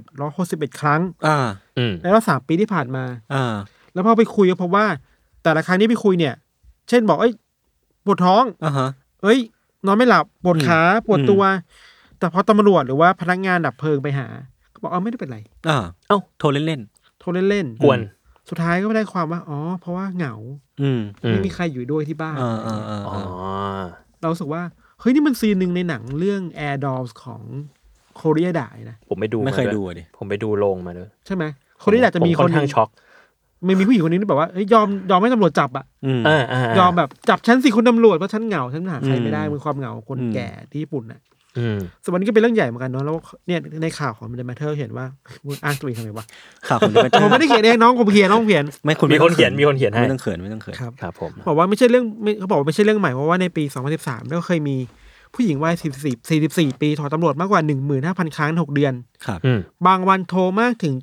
2,761 ครั้ง
อ่า
อืม
ในรอบสามปีที่ผ่านมา
อ่า
แล้วพอไปคุยก็พบว่า แต่ละครั้งที่ไปคุยเนี่ย เช่นบอกเอ้ยปวดท้อง
อ่าฮะ
เอ้ย นอนไม่หลับปวดขาปวดตัว แต่พอตำรวจหรือว่าพนักงานดับเพลิงไปหาก็บอกเอาไม่ได้เป็นไร
อ่า
เอ้า
โทรเล่น
โทรเล่น
กวน
ๆสุดท้ายก็ไม่ได้ความว่าอ๋อ เพราะว่าเหงา
ๆอืม
อื
ไม่
ม
มีใครอยู่ด้วยที่บ้าน
อ่าอ่าอ่า
อ๋อ
อ่า
เรารู้สึกว่าเฮ้ยนี่มันซีนหนึ่งในหนังเรื่อง Air Dolls ของโคเรียดะนะ
ผมไปดู
ไม่เคย
า
ดู
ว
อะดิ
ผมไปดูโรงมาด้วย
ใช่ไหมโคเรียดะจะมี
ผ
ค
ค่อน น
ห
ข้าง
นึ่ง
ช็อก
มันมีผู้หญิงคนนึงที่แบบว่าเอ้ยยอมยอมให้ตำรวจจับอะ
อืม
อ่าาาย
อมแบบจับฉันสิคุณตำรวจเพราะฉันเหงาฉันหาใครไม่ได้
อืม
มันความเหงาของคน
อืม
แก่ที่ญี่ปุ่นน่ะ
อืม
ส่วนวันนี้ก็เป็นเรื่องใหญ่เหมือนกันเนาะแล้วเนี่ยในข่าวของเดนมาเธอเห็นว่า มึงอ้างตัวเองทำไมวะ
ข่าวคุณไม่
ผมไม่ได้เขียนเองน้องผมเขียนน้องผมเขียน
ไม่คุณ
มีคน
ไต้อง
เขียนมีคนเขียนให้
ไม่ต้องเขินไม่ต้องเขิน
ครับ
ครับผม
บอกว่าไม่ใช่เรื่องไม่เขาบอกว่าไม่ใช่เรื่องใหม่เพราะว่าในปี 2013ก็เคยมีผู้หญิงวัย44 44 ปีถอดตำรวจมากกว่า 15,000 ครั้งใน6เดือน
ครับ
อืม
บางวันโทรมากถึง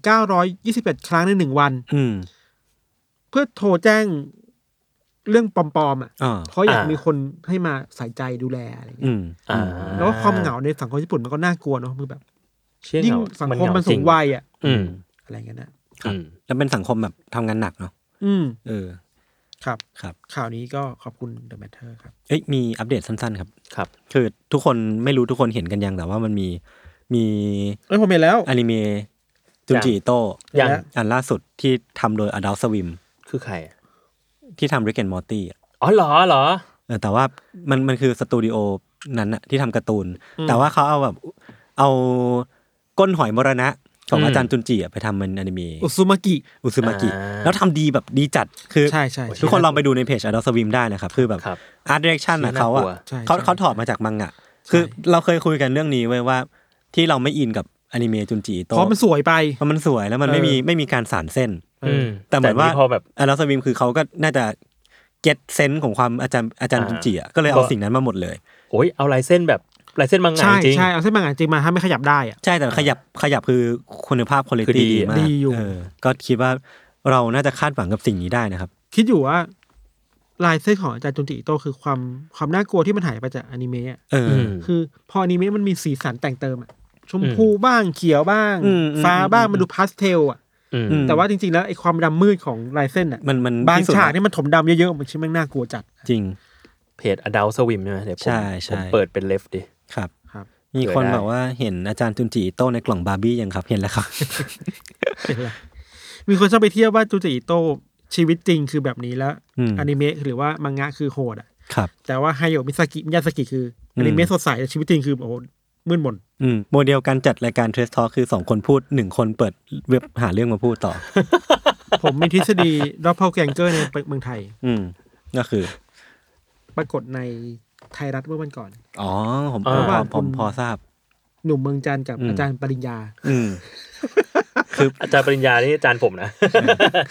921 ครั้งในหนึ่งวัน
อืม
เพื่อโทรแจ้งเรื่องปลอมๆอ่ะ
อ่า
เขาอยาก
อ่ามี
มีคนให้มาใส่ใจดูแลอะไรอย่างเงี้ย
อืม
อ่า
แล้วก็ความเหงาในสังคมญี่ปุ่นมันก็น่ากลัวเนาะมือแบบ
เชี่ย
ยิ่ง
เหา
สัง
เห
คมมันสูงวัยอ่ะ
อืม
อะไรเงี้ยนะ
อืม
แล้วเป็นสังคมแบบทำงานหนักเนาะ
อืม
เออ
ครับ
ครับ
ข่าวนี้ก็ขอบคุณ The Matter ครับ
เอ้ย มีอัปเดตสั้น ๆ ครับ
ครับ
คือทุกคนไม่รู้ทุกคนเห็นกันยัง แต่ว่ามันมี มี
เอ้ยผมเห็นแล้ว
อนิเมะจุนจิอิโตะ
ยัง
แล้ว
อันล่าสุดที่ทำโดย Adult Swim
คือใครอ่ะ
ที่ทำ Rick and Morty อะ
อ๋อเหรอเหรอ
เออแต่ว่ามันมันคือสตูดิโอนั้นอะที่ทำการ์ตูน แต่ว่าเขาเอาแบบ เอาก้นหอยมรณะ ของ
อืม
อาจารย์จุนจิอะไปทำเป็นอนิเม
อุ
ะ
ซุมากิ
อุซึมากิ แล้วทำดีแบบดีจัดคือ
ใช่ใช่
ทุกคนลองไปดูในเพจอ d ด l สวิมได้นะครับ คือแบบ
ครับ
อาร์ตเดเรคชั่นอะ
น่า
เขา
กลัว
อะ
ใช่
เขา
ใช่
เขาถอดมาจากมังงะ คือเราเคยคุยกันเรื่องนี้ไว้ว่า ที่เราไม่อินกับอนิเมะจุนจิอิ
เพราะ
โตะ
มันสวยไป
เพราะมันสวยแล้วมันไม่มี
เออ
ไม่มีการสานเส้น
อืม
แต่เหมือนว่า
นี่พอแบบ
อ d ด l สวิมคือเขาก็น่าจะเก็ตเซนส์ของความอาจารย์อาจารย์
อ่า
จุนจิอะก็เลยเอาสิ่งนั้นมาหมดเลย
โอ้ยเอาลายเส้นแบบลายเส้นบางงา
ใช่
นจริง
ใช่เอาเส้นบางอย่างจริงมาถ้าไม่ขยับได้อ่ะ
ใช่แต่ขยับขยับคือคุณภาพคุณ
คือดี
ภาพดีมาก
ดีอยู่
เก็คิดว่าเราน่าจะคาดหวังกับสิ่งนี้ได้นะครับ
คิดอยู่ว่า ลายเส้นของอาจารย์จุนจิอิโตคือความความน่ากลัวที่มันหายไปจากอนิเมะอะ
เอออ
อืม
คือ พออนิเมะมันมีสีสันแต่งเติมอ่ะชมพูบ้างเขียวบ้าง
อืมอืม
ฟ้าบ้าง
อืม
มันดูพาสเทลอ่ะ
อืม
ม
แต่ว่าจริงๆแล้วไอ้ความดำมืดของลายเส้นอ่ะ
มันมัน
บาง
ที่สุด
ฉาก
แล้ว
นี่มันถมดำเยอะๆ มันชื่อแม่งน่ากลัวจัด
จริง
เพจ Adult Swim ใช่ไหมเดี๋ยวผม
ใช่ใช่
ผมเปิดเป็นเลฟดิ
ครับ
ครับ
มีคน
เผื่อได้
บอกว่าเห็นอาจารย์จุนจีโต้ในกล่องบาร์บี้ยังครับ เห็นแล้วครับ
มีคนชอบไปเที่ยวว่าจูจิอิโต้ชีวิตจริงคือแบบนี้แล้ว
อืม
อนิเมะหรือว่ามังงะคือโหดอ่ะ
ครับ
แต่ว่าไฮโยะมิซากิมิยาสกิคืออ
ม
อนิเมะสดใสแต่ชีวิตจริงคือโอ้โหมืดมน
อืมโมเดลการจัดรายการเทรสทอคือสองคนพูดหนึ่งคนเปิดเว็บหาเรื่องมาพูดต่อ
ผมมีทฤษฎีดอปเปลแกงเกอร์ในเมืองไทย
อืมก็คือ
ปรากฏในไทยรัฐเมื่อวันก่อน
อ๋อ ผม
อ่า
ผมพอผ
คุ
ม
ณ
พอทราบ
หนุ่มเมืองจันทร์กับ
อืม
อาจารย์ปริญญา
อืม
อาจารย์ปริญญานี่อาจารย์ผมนะ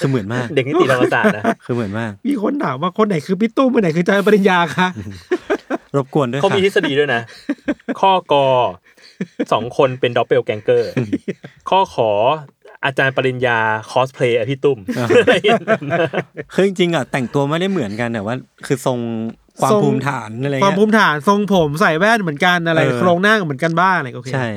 คือเหมือนมาก
เด็กนิติธรรมศาสตร์นะ
คือเหมือนมาก
มีคนถามว่าคนไหนคือพี่ตุ้มคนไหนคืออาจารย์ปริญญาคะ
รบกวนด้วย
เขา
ค่ะ
มีทฤษฎีด้วยนะ ข้อกอสองคนเป็นด็อปเปลแกงเกอร์ ข้อขออาจารย์ปริญญาคอสเพลย์พี่ตุ้ม
คือจริงๆอ่ะแต่งตัวไม่ได้เหมือนกันแต่ว่า คือทรง ความ
ทรง
ภูมิฐานอะไร
ความ
เงี้
ภู
ย
มิฐานทรงผมใส่แว่นเหมือนกันอะไร
เออ
โครงหน้าเหมือนกันบ้างอะไรโอเค
ใช่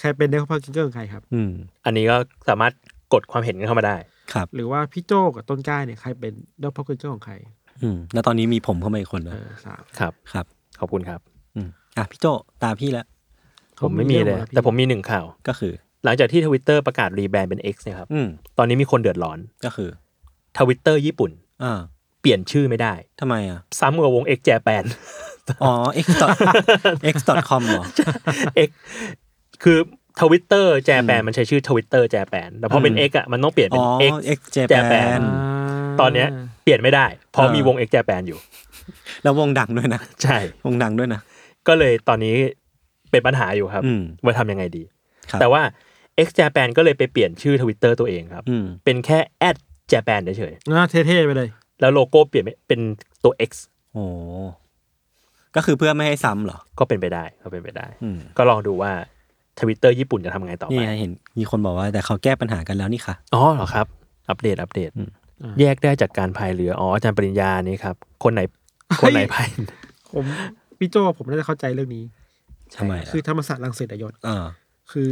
ใครเป็นได้พากิงเกอร์ของใครครับ
อืม
อันนี้ก็สามารถกดความเห็นกันเข้ามาได้
ครับ
หรือว่าพี่โจกับต้นกล้าเนี่ยใครเป็นด็อกพากิงเกอร์ของใคร
อืมแล้วตอนนี้มีผมเข้ามาอีกคน
เอ
นะ
อสาม
ครับ
ครับ
ขอบคุณครับ
อืมอ่ะพี่โจตาพี่แล้ว
ผมไม่มีเลย
ผมมีเรื่องมาแล้วพี่
แต่ผมมีหนึ่งข่าว
ก็คือ
หลังจากที่ทวิตเตอร์ประกาศรีแบรนด์เป็น X เนะครับ
อืม
ตอนนี้มีคนเดือดร้อน
ก็คือ
ทวิตเตอร์ญี่ปุ่น
อ่า
เปลี่ยนชื่อไม่ได้
ทำไมอ่ะ
ซ้ำกับวง X Japan
อ๋อ x x com เหรอ
X คือทวิตเตอร์แจแปน
อืม
มันใช้ชื่อทวิตเตอร์แจแปนแต่พอเป็น
อืม
X อ่ะมันต้องเปลี่ยนเป็
อ๋
น
อ x
X
japan
อ่า
ตอนเนี้ยเปลี่ยนไม่ได้ เพราะมีวง X Japan อยู่
แล้ววงดังด้วยนะ
ใช่
วงดังด้วยนะ
ก็เลยตอนนี้เป็นปัญหาอยู่ครับ
อืม
ว่าทำยังไงดี
ครับ
แต่ว่า X Japan ก็เลยไปเปลี่ยนชื่อทวิตเตอร์ตัวเองครับ
อืม
เป็นแค่ at Japan เฉย
อ่าเท่ๆไปเลย
ๆแล้วโลโก้เปลี่ยนเป็นตัว X
โอ้ก็คือเพื่อไม่ให้ซ้ำเหรอ
ก็เป็นไปได้ก็เป็นไปได้
อืม
ก็ลองดูว่าทวิตเตอร์ญี่ปุ่นจะทำไงต่อ
นี่
ไป
ไงเห็นมีคนบอกว่าแต่เขาแก้ปัญหากันแล้วนี่ค่ะ
อ๋อเหรอครับ อัปเดตอัปเดต
อ่า
แยกได้จากการพายเรือ อ๋ออาจารย์ปริญญานี่ครับ คนไหนคนไหนพาย
ผมพี่โจผมน่าจะเข้าใจเรื่องนี้
ทำไมล่ะ
คือธรรมศาสตร์รังสิตอะยศ
อ่า
คือ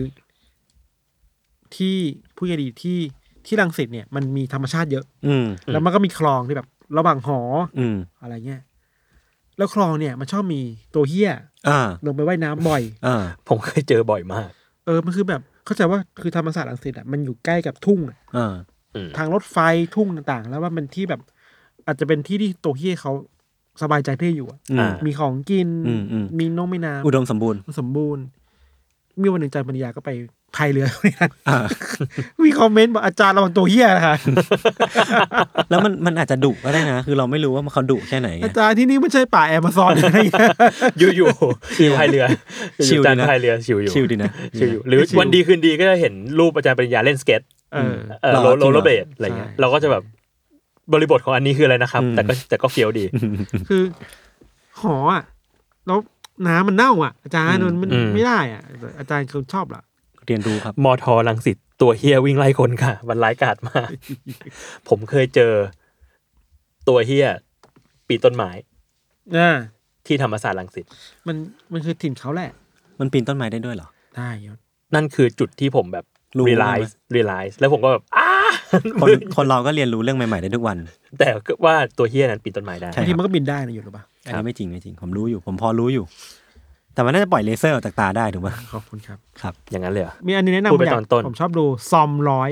ที่ผู้ใหญ่ดีที่ที่รังสิตเนี่ยมันมีธรรมชาติเยอะ
อืม
อืม
แล้วมันก็มีคลองที่แบบ ระหว่างหอ
อืม
อะไรเงี้ยแล้วคลองเนี่ยมันชอบมีตัวเหี้ย
อ่า
ลงไปว่ายน้ำบ่อย
อ่า
ผมเคยเจอบ่อยมาก
เออมันคือแบบเข้าใจว่าคือธรรมศาสตร์รังสิตอ่ะมันอยู่ใกล้กับทุ่งอะ
อ่า
อืม
ทางรถไฟทุ่งต่างๆ แล้วว่ามันที่แบบ อาจจะเป็นที่ที่ตัวเหี้ยเขาสบายใจที่อยู่อะ
อืม
อ่า
มีของกิน
อืมอืม
มีน้องไม่น้ำ
อุดมสมบูรณ์
มันสมบูรณ์ มีวันหนึ่งอาจารย์ปัญญาก็ไปพายเรือด้วยกัน
อ่า
มีคอมเมนต์บอกอาจารย์ระวังตัวเหี้ยนะคะ
แล้วมันมันอาจจะดุก็ได้นะ คือเราไม่รู้ว่ามันเขาดุแค่ไหนไง
อาจารย์ที่นี่ไม่ใช่ป่าแอมะซอนอะไรเงี้ย
อยู่อยู่อยู่พายเรือ
ชิ
อยู่
ลดี
อาจารย์
นะ
พายเรือชิวอยู่
ชิลดีนะ
ชิลอยู่ หรือวันดีคืนดีก็จะเห็นรูปอาจารย์ปริญญาเล่นสเก็ต
เออ
เอ่อ
หร
โร
อ
ลโรลเลอร์เบลด
จริงเหรอ
อะไรเงี้ย
ใช่
เราก็จะแบบบริบทของอันนี้คืออะไรนะครับ
อืม
แต่ก็แต่ก็เฟี้ยวดี
คือ หออ่ะแล้วน้ำมันเน่าอ่ะ อาจารย์มันมัน
อืม
ไม่ได้อ่ะแต่อาจารย์เขาชอบล่ะ
เรียนรู้ครับ
มอทอลังสิตตัวเฮียวิ่งไล่คนค่ะ มันร้ายกาจมาก ผมเคยเจอตัวเฮียปีนต้นไม้
อ่า
ที่ธรรมศาสตร์ลังสิต
มันมันคือถิ่นเขาแหละ
มันปีนต้นไม้ได้ด้วยเหรอ
ได้ยศ
นั่นคือจุดที่ผมแบบ
รู้
รีไล
ไหม
ซ์รีไลซ์แล้วผมก็แบบอ้า
คนคนเราก็เรียนรู้เรื่องใหม่ๆได้ทุกวัน
แต่ก็ว่าตัวเฮียนั้นปีนต้นไม้ได้
ใช่
บางทีมันก็บินได้นะยศหรือเปล่า
อันนี้ไม่จริงไม่จริง ผมรู้อยู่ ผมพอรู้อยู่ แต่มันน่าจะปล่อยเลเซอร์ออกจากตาได้ถูกไหม
ขอบคุณครับ
ครับ
อย่างนั้นเลยเหรอ
มีอันนี้แนะนำ
พูดไป
อยาก
ตอนต้น
ผมชอบดูซอมร้อย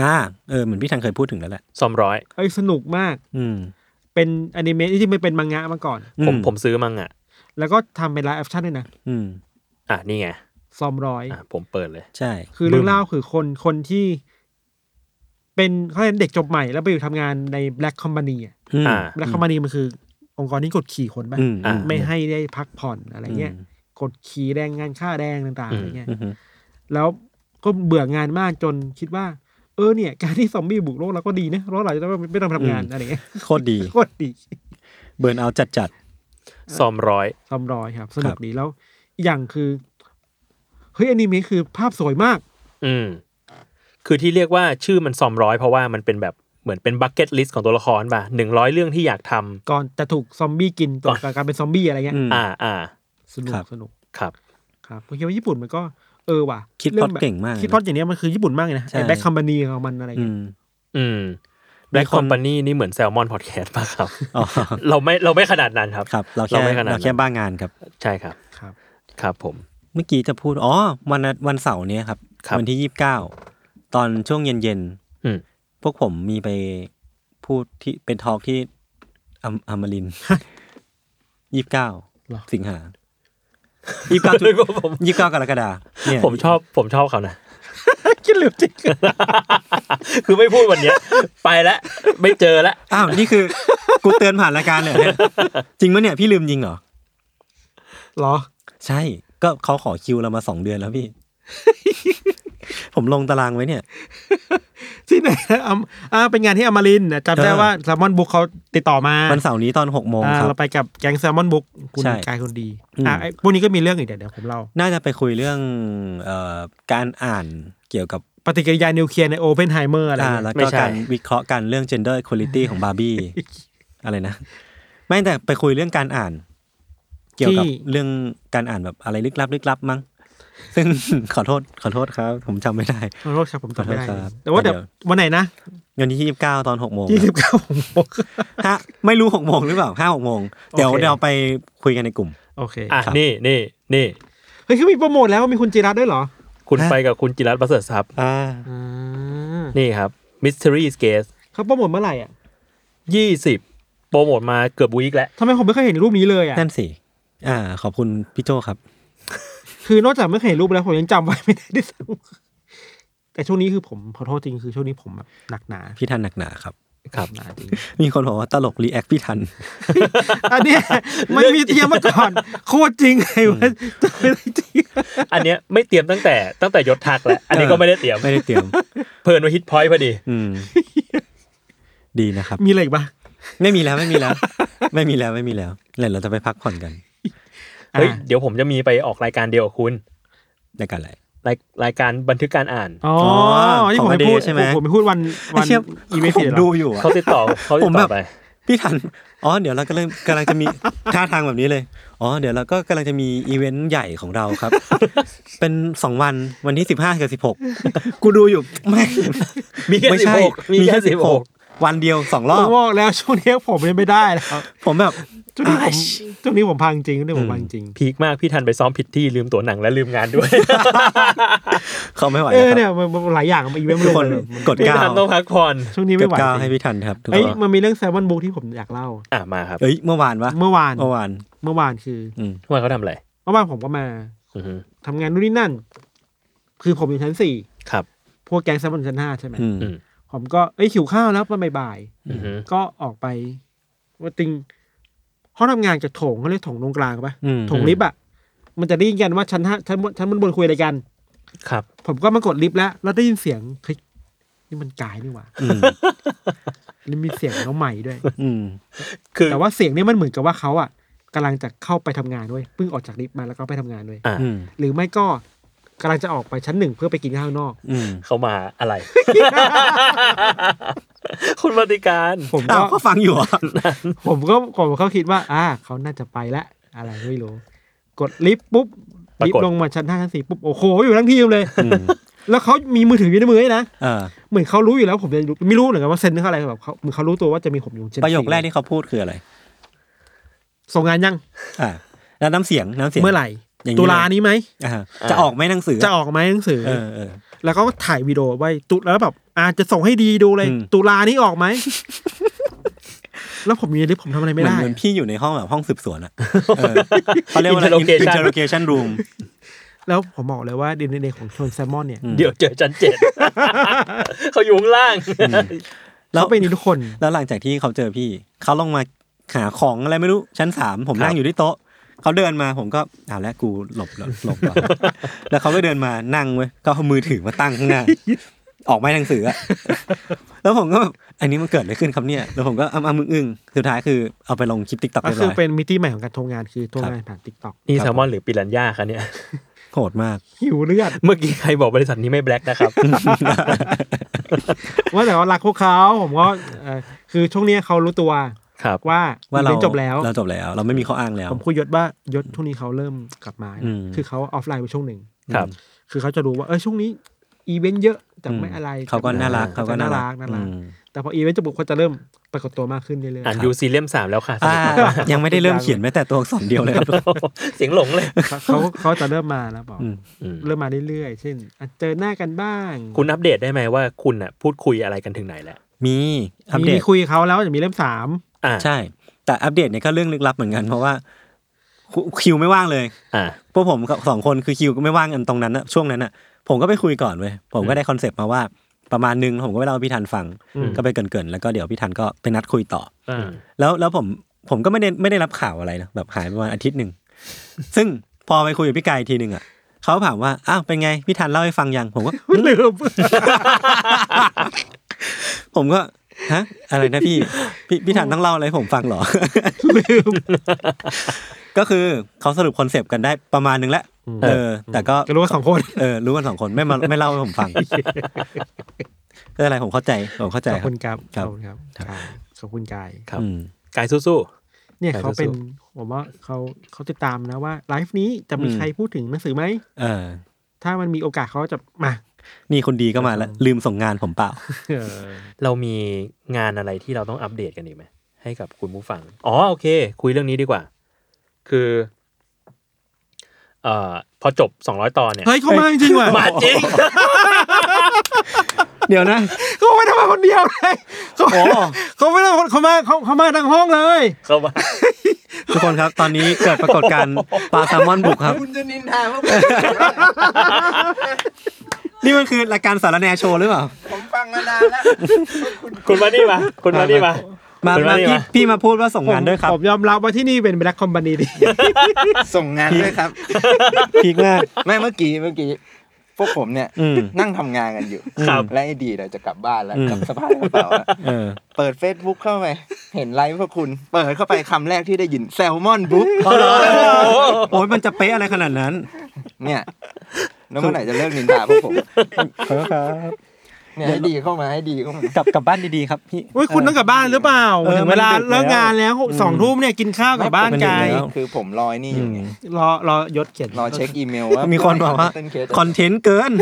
อ่า เออ เหมือนพี่ทังเคยพูดถึงแล้วแหละ
ซอมร้อย
เอ้ยสนุกมาก
อืม
เป็นอนิเมะที่มันเป็นมังงะมาก่อน
ผม
อื
ผมซื้อมั่งอ่ะ
แล้วก็ทำเป็นไลฟ์แอคชั่นด้วยนะ
อืม
อ่ะนี่ไง
ซอมร้อย
อ่ะผมเปิดเลย
ใช่
คือเรื่องเล่าคือคนคนที่เป็นเขาเรียกเด็กจบใหม่แล้วไปอยู่ทำงานในแบล็ k คอม p a นีอ่ะ
อืม
อ่า
แบล็ k คอม p a นีมันคือองค์กรที่กดขี่คนบ้าง
อืม
อ่า
ไม่ให้ได้พักผ่อนอะไรเงี้ยกดขี่แรงงานค่าแรงต่าง ๆ อะไรเงี้ย
อืมอืม
แล้วก็เบื่องานมากจนคิดว่า เออเนี่ย การที่ซอมบี้บุกโลกเราก็ดีนะเพราะเราจะได้ไม่ต้องทำงานอะไรเงี้ย
โคตรดี
โคตรดี
เบิร์นเอาจัดจัด
ซอมร้อย
ซอมรอยครับ
ค
ส
รั
นุก
บ
ดีแล้วอีกอย่างคือเฮ้ยอนิเมะคือภาพสวยมาก
อืม คือที่เรียกว่าชื่อมันซอมร้อยเพราะว่ามันเป็นแบบเหมือนเป็นบักเก็ตลิสต์ของตัวละครป่ะหนึ่งร้อยเรื่องที่อยากทำ
ก่อนจะถูกซอมบี้กินก่อนการเป็นซอมบี้อะไรเงี้ย
อืม
อ่าอ่า
สนุก
ครับ
สนุก
ครับ
ครับผมคิดว่าญี่ปุ่นมันก็เออว่ะ
คิดพล็อตเก่งมาก
คิดพล็อตอย่างเนี้ยมันคือญี่ปุ่นมากเลยนะ
ใช่
ไอ้แบ็คคอมพานีของมันอะไร
อื
เงี้ย
ม
อืมแบล็ค
มี
ค
ค
อม
น
พานีนี่เหมือนแซลมอนพอดแคสต์ป่ะครับ
อ๋อ
เราไม่เราไม่ขนาดนั้นครับ
ครับ เรา
เรา
แค่
ไม่ขนาดนั้น
เราแค่บ้างานครับ
ใช่ครับ
ครับ
ครับผม
เมื่อกี้จะพูด อ๋อ วันอาวันเสาร์เนี้ยครับ
ครับ
วันที่ยี่สิบเก้า ตอนช่วงเย็นเย็นๆ
อืม
พวกผมมีไปพูดที่เป็นทอล์กที่อำอมรินยี่สิบเก้า
หรอ
สิงหายี่สิบเก้า
นึกว่าผม
ยี่สิบเก้ากรกฎาเนี่ย
ผมชอบผมชอบเขานะ
คิดเหลือจริง
คือไม่พูดวันเนี้ย ไปแล้วไม่เจอแล้ว
อ้าว นี่คือ กูเตือนผ่านรายการเลยเหรอ เนี่ยจริงมะเนี่ย พี่ลืมยิงเหรอ
เหรอ
ใช่ ก็เขาขอคิวเรามาสองเดือนแล้ว พี่ ผมลงตารางไว้เนี่ย
ที่ไหนนะอ่ะอ่าเป็นงานที่อมรินทร์นะจำได้
เออ
ว่าแซลมอนบุ๊กเขาติดต่อมา
วันเสาร์นี้ตอนหกโมง
อ่า
ครับ
เราไปกับแก๊งแซลมอนบุ๊กคุณ
ใช่
กายคนดี
อืม
อ่าไอ้พวกนี้ก็มีเรื่องอีกเดี๋ยวเดี๋ยวผมเล่า
น่าจะไปคุยเรื่องเอ่อการอ่านเกี่ยวกับ
ปฏิกิริยานิวเคลียร์ในโอเพนไฮเมอร์อะไร
อ่า
เงี้ย
แล้วก็การวิเคราะห์กันเรื่อง gender equality ของบาร์บี้ อะไรนะ ไม่แต่ไปคุยเรื่องการอ่าน เกี่ยวกับ
ที่
เรื่องการอ่านแบบอะไรลึกลับลึกลับมั้ง ซึ่ง ขอโทษขอโทษครับ ผมจำไม่ได้
ขอโทษครับผมจำไม่ได้
ขอโทษครับ
แต่ว่าเดี๋ยว
เดี๋ยว
วันไหนนะ
วันที่ยี่สิบเก้าตอนหกโมง
ยี่สิบเก้าผมบอก
ฮะไม่รู้หกโมงหรือเปล่าห้าหกโมงเดี๋ยว
โอเค
เราไปคุยกันในกลุ่ม
โอเค
อ่ะ
ครับ
นี่นี่นี่
เฮ้ยเขามีโปรโมทแล้วมีคุณจิรัตน์ด้วยเหรอ
คุณ
ฮะ
ไปกับคุณจิรัตน์ประเสริฐทรัพย์
อ่า
อ่า
นี่ครับ Mystery s c a s e
เขาโปรโมทเมื่อไหร่อ่ะ
ยี่สิบโปรโมทมาเกือบวีคแล้ว
ทำไมผมไม่เคยเห็นรูปนี้เลยอ่ะ
นั่นสิอ่า ขอบคุณพี่โจครับ
คือนอกจากไม่เคยเห็นรูปแล้วผมยังจำไว้ไม่ได้ด้วยซ้ำแต่ช่วงนี้คือผมขอโทษจริงคือช่วงนี้ผมแบบหนักหนา
พี่ทันหนักหนาครับ
ครับ
หนักหนาจริง
มีคนบอกว่าตลกรีแอคพี่ทัน
อันเนี้ยไม่มีเตรียมมาก่อนโคตรจริงไงวะจะไม่ได้จริง
อันเนี้ย ไม่เตรียมตั้งแต่ตั้งแต่ยศทักแล้ว อันนี้ก็ไม่ได้เตรียม
ไม่ได้เตรียม
เพลินมาฮิตพอยต์พอดี
อืม ดีนะครับ
มีอะไรอีกบ้าง
ไม่มีแล้วไม่มีแล้ว ไม่มีแล้วไม่มีแล้วเดี๋ยวเราจะไปพักผ่อนกัน
เฮ้ยเดี๋ยวผมจะมีไปออกรายการเดียวกับคุณ
ในการอะไร
รายรายการบันทึกการอ่าน
อ๋อ
อ
ที่ผม
ของ
ไป
อเด
พูด
ใช่ไหม
ผมไปพูดวันวัน
ไเชี่ย
อีเวนต์
ผ
เสี
ม
ยเหร
ดู
อ
อยู่อะ
เขาติดต่อเขาติด
ผม
ต่
แบ
อบ ไป
พี่ทัน อ๋อ เดี๋ยวเรากำลังกำลังจะมี ท่าทางแบบนี้เลย อ๋อ เดี๋ยวเราก็กำลังจะมีอีเวนต์ใหญ่ของเราครับ เป็นสองวัน วันที่สิบห้ากับสิบหกกูดูอยู่ ไม่
มีแค่
ไม่
สิบ
ใช่
หกมีแค่สิบหก
วันเดียวสองรอ
ผม
บ
บอกแล้วช่วงนี้ผมยังไม่ได้แล้ว
ผมแบบ
ช่วงนี้ผมช่วงนี้ผมพังจริงช่วงนี้ผมพังจริง
พีคมากพี่ทันไปซ้อมผิดที่ลืมตัวหนั งและลืมงานด้วย
เขาไม่ไหว
เออ
แล้ว
เนี่
ค
ย
รับ
มันมันหลายอย่างอีเวนต์
ทุกคนกด
พี่
เก้า
ทันต้องพักผ่อน
ช่วงนี้
กด
ไม่ไหว
เก้า
จ
ให้
ริง
พี่ทันครับทุก
เอ้ย
คน
มันมีเรื่องแซมมอนบุ๊กที่ผมอยากเล่า
อ่ะมาครับ
เอ้ย เมื่อวานวะ
เมื่อวาน
เมื่อวาน
เมื่อวานคือ
อืม
ว่าเขาทำอะไร
เมื่อวานผมก็มา
อือฮึ
ทำงานนู่นนี่นั่น คือผมอยู่ชั้นสี่
ครับ
พวกแก๊งแซมมอนชั้นห้าใช่ไหม
อืม
อืม
ผมก็เอ้ยหิวข้าวแล้วตอนบ่ายๆ
อือฮึ
ก็ออกไปว่าติงห้องทำงานกับโถงเขาเรียกโถงตรงกลางปะ
อืม
โถงลิฟต์อ่ะมันจะได้ยินกันว่าชั้นห้าชั้นบนชั้นบนบนคุยอะไรกัน
ครับ
ผมก็มากดลิฟต์แล้ว แล้วได้ยินเสียงเฮ้ยนี่มันกายนี่หว่า
อืม
แล้วมีเสียงน้องใหม่ด้วย
อืม
คือ
แต่ว่าเสียงเนี่ยมันเหมือนกับว่าเขาอ่ะกำลังจะเข้าไปทำงานด้วยเพิ่งออกจากลิฟต์มาแล้วก็ไปทำงานด้วย
อ่ะ
อืม
หรือไม่ก็กำลังจะออกไปชั้นหนึ่งเพื่อไปกินข้าวนอก
อืม
เขามาอะไร คุณมาติการ
ผม
อ้า
ก็
วก็ฟังอยู่อ่ะ
ผมก็ผมก็คิดว่า อ่าเขาน่าจะไปละอะไรไม่รู้กดลิฟต์ปุ๊บ
ปรา
ลิฟ
กฏ
ต์ลงมาชั้นห้าชั้นสี่ปุ๊บโอ้โหอยู่ทั้งทีมเลย
อืม
แล้วเขามีมือถืออยู่ในมือด้วยนะ
เออ
เหมือนเขารู้อยู่แล้วผมจะไม่รู้เหมือนกันว่าเซ็นเขาอะไรแบบเขาเหมือนเขารู้ตัวว่าจะมีผมอยู่เช่น
ประโยคแรกที่เขาพูดคืออะไร
ส่งงานยัง
อ่าแล้วน้ำเสียงน้ำเสียง
เมื่อไหร่
อย่างนี้
ตุลานี้ไหม
อ่าจะออกไหมหนังสือ
จะออกไหมหนังสือ
เออเออ
แล้วก็ถ่ายวิดีโอไว้ตุแล้วแบบอาจจะส่งให้ดีดูเลย
อืม
ตุลานี้ออก ไหม แล้วผมมีลิฟต์ผมทำอะไร
เหมื
ไม่
อน
ได้
เหมือนพี่อยู่ในห้องแบบห้องสืบส วนอ่ะเออเขาเรียกว่าอะไร
Interrogation
interrogation room
แล้วผมบอกเลยว่าดีเนของชนแซมมอนเนี่ย
เดี๋ยวเจอชั้นเจ็ด เขาอยู่ข้างล่าง
แล้ว
เขาเป็นนี่ทุกคน
แล้วหลังจากที่เขาเจอพี่ เขาลงมาหาของอะไรไม่รู้ชั้นสามผมนั่งอยู่ที่โต๊ะ เขาเดินมาผมก็อ้าวแล้วกูหลบหลบหลบก่อน แล้วเขาก็เดินมานั่งเว้ยก็เอามือถือมาตั้งข้างหน้า ออกไหมหนังสืออะ แล้วผมก็แบบอันนี้มันเกิดอะไรขึ้นครับเนี่ย แล้วผมก็อ้ำอ้ำอึ้งๆสุดท้ายคือเอาไปลงคลิปติ๊กต็อก
ก็
เรียบ
คื
ร้
อ
อย
เป็นมิติใหม่ของการทำงานคือทำ
ครับ
งานผ่านติ๊กต็อก
นี่แซลมอนหรือปิรันย่าคะเนี่ย
โหดมาก
หิวเลือด
เมื่อกี้ใครบอกบริษัทนี้ไม่แบล็กนะครับ
ว่าแต่ว่ารักพวกเขาผมก็เอ่อคือช่วงเนี้ยเขารู้ตัว
ครับ
ว่า
ว่าเรา
รียนจบแล้ว
เราจบแล้ว เราไม่มีข้ออ้างแล้ว
ผมคุยยศว่ายศช่วงนี้เขาเริ่มกลับมา
อืม
คือเขาออฟไลน์ไปช่วงหนึ่ง
ครับ
คือเขาจะรู้ว่าเออช่วงนี้อีเวนต์เยอะแต่ไม่อะไร
เขาก็น่ารัก
เขา
เขา
ก็
ก็
น่า
น่า
รั
รั
ก
ก
น่ารัก
อืม
แต่พออีเวนต์จะบุกเขาจะเริ่มปรากฏตัวมากขึ้นเรื่อย
อ่านยูซีเล่มสามแล้วค่ะส
อ่า
นุกมาก
ยังไม่ได้เริ่มเขียนแม้แต่ตัวอักษรเดียวเลย ครับ
เสียงหลงเลย
ๆเขาเขาเขาจะเริ่มมาแล้วบอก
อืม
เริ่มมาเรื่อยๆ เช่นอ่ะเจอหน้ากันบ้าง
คุณอัปเดตได้ไหมว่าคุณอ่ะพูดคุยอะไรกันถึงไหนแล้ว
มีอัป
มี
เด
มี
ต
คุยกับเขาแล้วจะมีเล่มสาม
อ่า
ใช่ แต่อัปเดตเนี่ยก็เรื่องลึกลับเหมือนกันเพราะว่าคุคิวไม่ว่างเลย
อ่า
พวกผมกับสองคนคือคิวก็ไม่ว่างกันตรงนั้นอะช่วงนั้นอะผมก็ไปคุยก่อนเว้ยผมก็ได้คอนเซปต์มาว่าประมาณนึงผมก็ไปเล่าให้พี่ทันฟัง
อืม
ก็ไปเกรินๆแล้วก็เดี๋ยวพี่ทันก็ไปนัดคุยต่อ
อ่า
แล้วแล้วผมผมก็ไม่ได้ไม่ได้รับข่าวอะไรนะแบบหายไปวันอาทิตย์หนึ่ง ซึ่งพอไปคุยกับพี่กายอีกทีหนึ่งอ่ะเขาถามว่าอ้าวเป็นไงพี่ทันเล่าให้ฟังยังผมก็
ลืม
ผมก็ฮะอะไรนะพี่พี่พี่ทันต้องเล่าอะไรให้ผมฟังเหรอ
ลืม
ก็คือเขาสรุปคอนเซปต์กันได้ประมาณนึงแล้วเออ แต่ก็
ก็รู้ว่าสองคน
เออรู้กันสองคนไม่มาไม่เล่าให้ผมฟั งไม่เป็นไรผมเข้าใจผมเข้าใจ
ขอบ
ครั
คุ
บ
ณครับ
ค
ข
รับ
อบคุณครับใช่ขอบคุณกาย
ครับ
อืม
กายสู้
เนี่ย
ไป
เขา
สู้
เป็นผมว่าเขาเขาติดตามนะว่าไลฟ์นี้จะมี
อืม
ใครพูดถึงหนังสือไหม
เออ
ถ้ามันมีโอกาสเขาจะมา
นี่คนดีก็มาแล้ว ลืมส่งงานผมเปล่า
เรามีงานอะไรที่เราต้องอัปเดตกันอีกไหมให้กับคุณผู้ฟัง อ๋อโอเค คุยเรื่องนี้ดีกว่า คือเอ่อพอจบสองร้อยตอนเนี่ย
เฮ้ยเขามาจริงๆว่ะ
มาจริง
เดี๋ยวนะ
เขาไม่ได้มาคนเดียวเลยเขา
อ๋อ
เขาไม่ได้มาคนเขามาเขาเขามาทั้งห้องเลย
เข้ามา
ทุกคนครับ ตอนนี้เกิดปรากฏการณ์ปลาแซลมอนบุกครับ
คุณจะนินทาว่าผม
นี่มันคือรายการสารแหนโชว์หรือเปล่า
ผมฟังมานานแล้วว่าคุณ
คุณมานี่มาคุณมานี่มา
มา
เป็น
มา
ว่านี่
พี่
วะ
พี่มาพูดว่าส่งงานด้วยครับ
ผมยอมรับว่าที่นี่เป็นแบล็คคอมพานี ดี
ส่งงานด้วย ครับ
พีกมาก
ไม่เมื่อกี้เมื่อกี้ พวกผมเนี่ย
อืม
นั่งทำงานกันอยู่
ครับ
และไอ้ดีเราจะกลับบ้านแล้ว
อืม
กลับสภาพกระเป๋าอะ
เออ
เปิด Facebook เข้าไป เห็นไลฟ์พวกคุณ เปิดเข้าไปคำแรกที่ได้ยินแซลมอนบุ๊ก
โอ้ยมันจะเป๊ะอะไรขนาดนั้น
เนี่ยแล้วเมื่อไหร่จะเลิกนินทาพวกผม
ครับ
เนี่ยให้ดีเข้ามาให้ดีเข้ามาก
ลับกลับบ้านดีๆครับพี่
อุ้ยคุณต้องกลับบ้านหรือเปล่า
เออ
ถึงเวลา
มันดึกแล้ว
เลิกงานแล้วสองทุ่มเนี่ยกินข้าวกลับบ้าน
มันดึ
ไก
ก
ล
แล้ว
คือผมรอไอ้นี่อยู่ไง
รอรอยศเขียน
รอเช็คอีเมลว่า
มีคนบอกว่าคอนเทนต์เกิน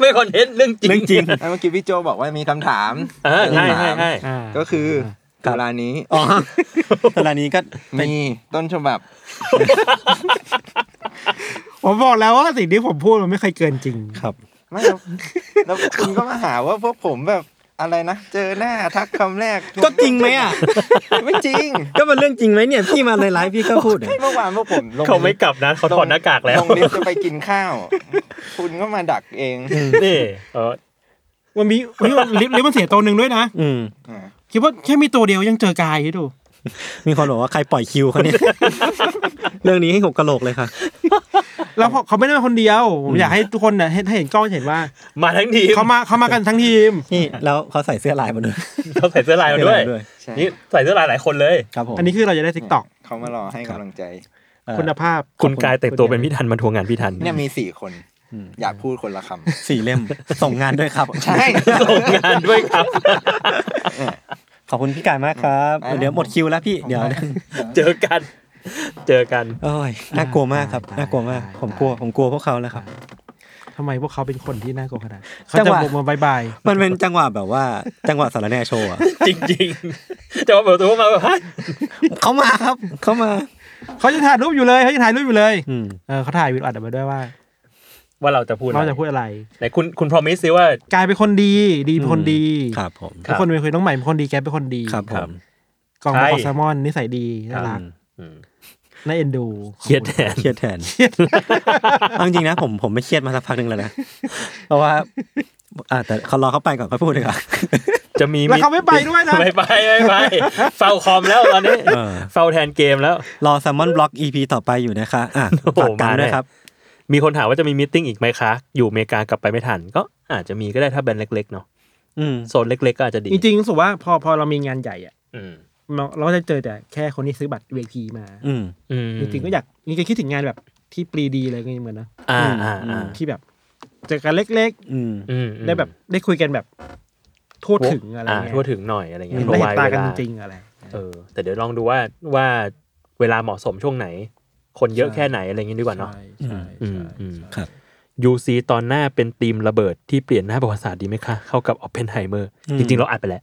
ไม่คอนเทนต์เรื่องจริง
เรื่องจริง
อ่ะเมื่อกี้พี่โจบอกว่ามีคำถาม
เออใช่ใช่ใช่
อ่า
ก็คือ
ครับ
เวลานี้
อ๋อเวลานี้ก็เป็น
มีต้นฉบับ
ผมบอกแล้วว่าสิ่งที่ผมพูดมันไม่เคยเกินจริง
ครับ
ไม่ แล้วแล้วคุณก็มาหาว่าพวกผมแบบอะไรนะ เจอหน้าทักคำแรก
ก็จริงไหมอ่ะ
ไม่จริง
ก็มันเรื่องจริงไหมเนี่ยพี่มาในไลฟ์พี่ก็พูดเนี่ย
เมื่อวานพวกผมลง
เขาไม่กลับนะเขาถอดหน้ากากแล้ว
ลงลิฟต์จะไปกินข้าว คุณก็มาดักเอง
นี่เออ
มันมีเฮ้ยมันลิฟต์ลิฟต์มันเสียตัวหนึ่งด้วยนะ
อืม
อ่ะ
คิดว่าแค่มีตัวเดียวยังเจอกายให้ดู
มีคนบอกว่าใครปล่อยคิวเขาเนี่ย เรื่องนี้ให้หกกะโหลกเลยค่ะ
แล้วพอเขาไม่ได้มาคนเดียว ผมอยากให้ทุกคนเนี่ยให้ให้เห็นกล้องเห็นว่า
มาทั้งทีม
เขามาเขามากันทั้งทีม
นี่แล้วเขาใส่เสื้อลายมาด้วย
เขาใส่เสื้อลายมาด้วย
เสื้อลด้วย
ใช่
นี่ใส่เสื้อลายหลายคนเลย
ครับผม
อันนี้คือเราจะได้ทิกตอก
เขามารอให้กำลังใจ
เอ่อ
คุณภาพ
คุณกายแต่งตัวเป็นพี่ทันมาทวงงานพี่ทัน
เนี่ยมีสี่คน อยากพูดคนละคำ
สี่เล่ม ส่งงานด้วยครับ
ใช่
ส่งงานด้วยครับ
ขอบคุณพี่กายมากครับ เดี๋ยวหมดคิวแล้วพี่เดี๋ยว
เจอกัน เจอกัน
โอ้ยน่ากลัวมากครับ
ได้
น่ากลัวมาก
ได้
ผมกลัว
ได้
ผมกลัวพวกเขาแล้วครับ
ทำไมพวกเขาเป็นคนที่น่ากลัวขนาดนั้นเขา
จัง
จะ
หวะ
บอกมาบายบาย
มันเป็นจังหวะแบบว่าจังหวะสารแหนโชว์อะ
จริงๆจะมาเปิดประตัวมาแบบฮะ
เขามาครับเขามา
เขาจะถ่ายรูปอยู่เลยเขาจะถ่ายรูปอยู่เลย
อืม
เออเขาถ่ายวิดีโออัดเอาไว้ด้วยว่า
ว่าเราจะพูดอ
เราจะพูดอะไร
ไหนคุณคุณพรอมิสซิว่า
กายเป็นคนดี ดีเป็นคนดี
ครับผม
ค
ทุ
รั
ก
บ
คนเป็นคนน้องใหม่เป็นคนดีแกเป็นคนดี
ครับผม
กอง
ใช่
กองแซลมอนนิสัยดีน่ารัก
อืม
น่าเอ็นดู
เครียดแทน
เครียดแทนเอาจริงๆนะผมผมไม่เครียดมาสักพักหนึ่งแล้วนะเพราะว่าอ่ะแต่เขารอเขาไปก่อนเขาพูดดีกว่า
จะมี
แล้วเขาไม่ไปด้วยนะ
ไม่ไปไม่ไปเฝ้าคอมแล้วตอนนี้
เออ
เฝ้าแทนเกมแล้ว
รอแซมมอนบล็อก EP ต่อไปอยู่นะคะอ่ะ
โอ้โห
ฝากกัน
มาแน่
ด้วยครับ
มีคนถามว่าจะมีมิทติ้งอีกไหมคะ อยู่อเมริกากลับไปไม่ทัน ก็อาจจะมีก็ได้ถ้าแบรนด์เล็กๆเนาะ
อืม
โซนเล็กๆก็อาจจะดี
จริงๆรู้สึกว่าพอพอเรามีงานใหญ่อะ
อืม
เราเราก็จะเจอแต่แค่คนที่ซื้อบัตร VIP มา
อืม
อืม
จริงๆก็อยากนี่ก็คิดถึงงานแบบที่ปรีดีอะไรเงี้ยเหมือนนะ
อ่าอ่าอ่า
ที่แบบเจอกันเล็ก
อืม
อืม
ๆ ได้แบบได้คุยกันแบบทั่วถึงอะไร
า
เงี้ย
ทั่วถึงหน่อยอะไร
เห็
เงี้ย
นได้เห็นตากัน
เวล
จริงๆอะไร
เออแต่เดี๋ยวลองดูว่าว่าเวลาเหมาะสมช่วงไหน คนเยอะ
ใช่
แค่ไหนอะไรเงี้ยดีกว่าเนาะ
ใช่
อืม
ใช่
อืม
ใช่
ครับ
ยูซีตอนหน้าเป็นธีมระเบิดที่เปลี่ยนหน้าประวัติศาสตร์ดีไหมคะ เข้ากับออ p เพนไฮเมอร์
อืม
จริง ๆ เราอัดไปแล้ว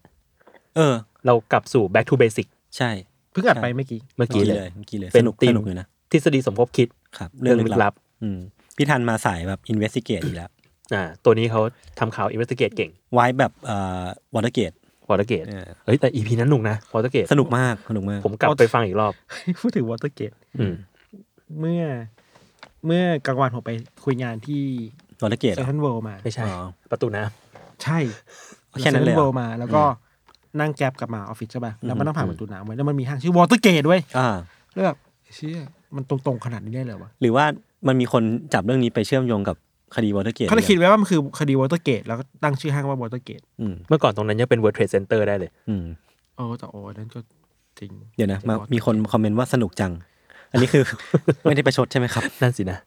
เออ
เรากลับสู่ back to basic
ใช่
เพิ่งอัดไปเมื่อกี้
เมื่อกี้เลย
เมื่อกี้เลย
เป็
ส
น
นุก
ธีม
สนุกเลยนะ
ทฤษฎีสมคบคิด
ครับ
เรื่องลึกลับ
อืมพี่ทันมาสายแบบอินเวสติเกตอีกแล้ว
อ่าตัวนี้เขาทำข่าวอินเวสติเกตเก่ง
ไว้แบบเอ่อวอเตอร์เกต
วอร์เกตเฮ้ยแต่อีพีนั้นหนุกนะวอร์เกต
สนุกมากสนุกมาก
ผมกลับไปฟังอีกรอบ
พูดถึงวอเตอร์เกต
อืม
เมื่อ เมื่อกลางวันผมไปคุยงานที่
วอลเกต
เซนทรัลเวิลด์มา
ไม่ใช่
อ๋อ
ประตูน้
ใช่
แค่นั้นเลยเหรอ
เวิลด์มา แล้วก็นั่งแกร็บกลับมาออฟฟิศใช่ป่ะแล้วมันต้องผ่านประตูน้ำไว้แล้วมันมีห้างชื่อวอเตอร์เกตเว้ย
อ่า
แล้วแบบเชี่ยมันตรงๆขนาดนี้ได้เลยวะ
หรือว่ามันมีคนจับเรื่องนี้ไปเชื่อมโยงกับคดีวอเตอร์เกต
เขาเลยคิดไว้ว่ามันคือคดีวอเตอร์เกตแล้วก็ตั้งชื่อห้างว่าวอเตอร์เกต
อืม
ำเมื่อก่อนตรงนั้นยังเป็น World Trade Center ได้เลย
อืม
โอ้แต่โอ้นั่นก็จริง
เดี๋ยวนะมามีคนคอมเมนต์ว่าสนุกจัง อันนี้คือ ไม่ได้ประชดใช่ไหมครับ
นั่นสินะ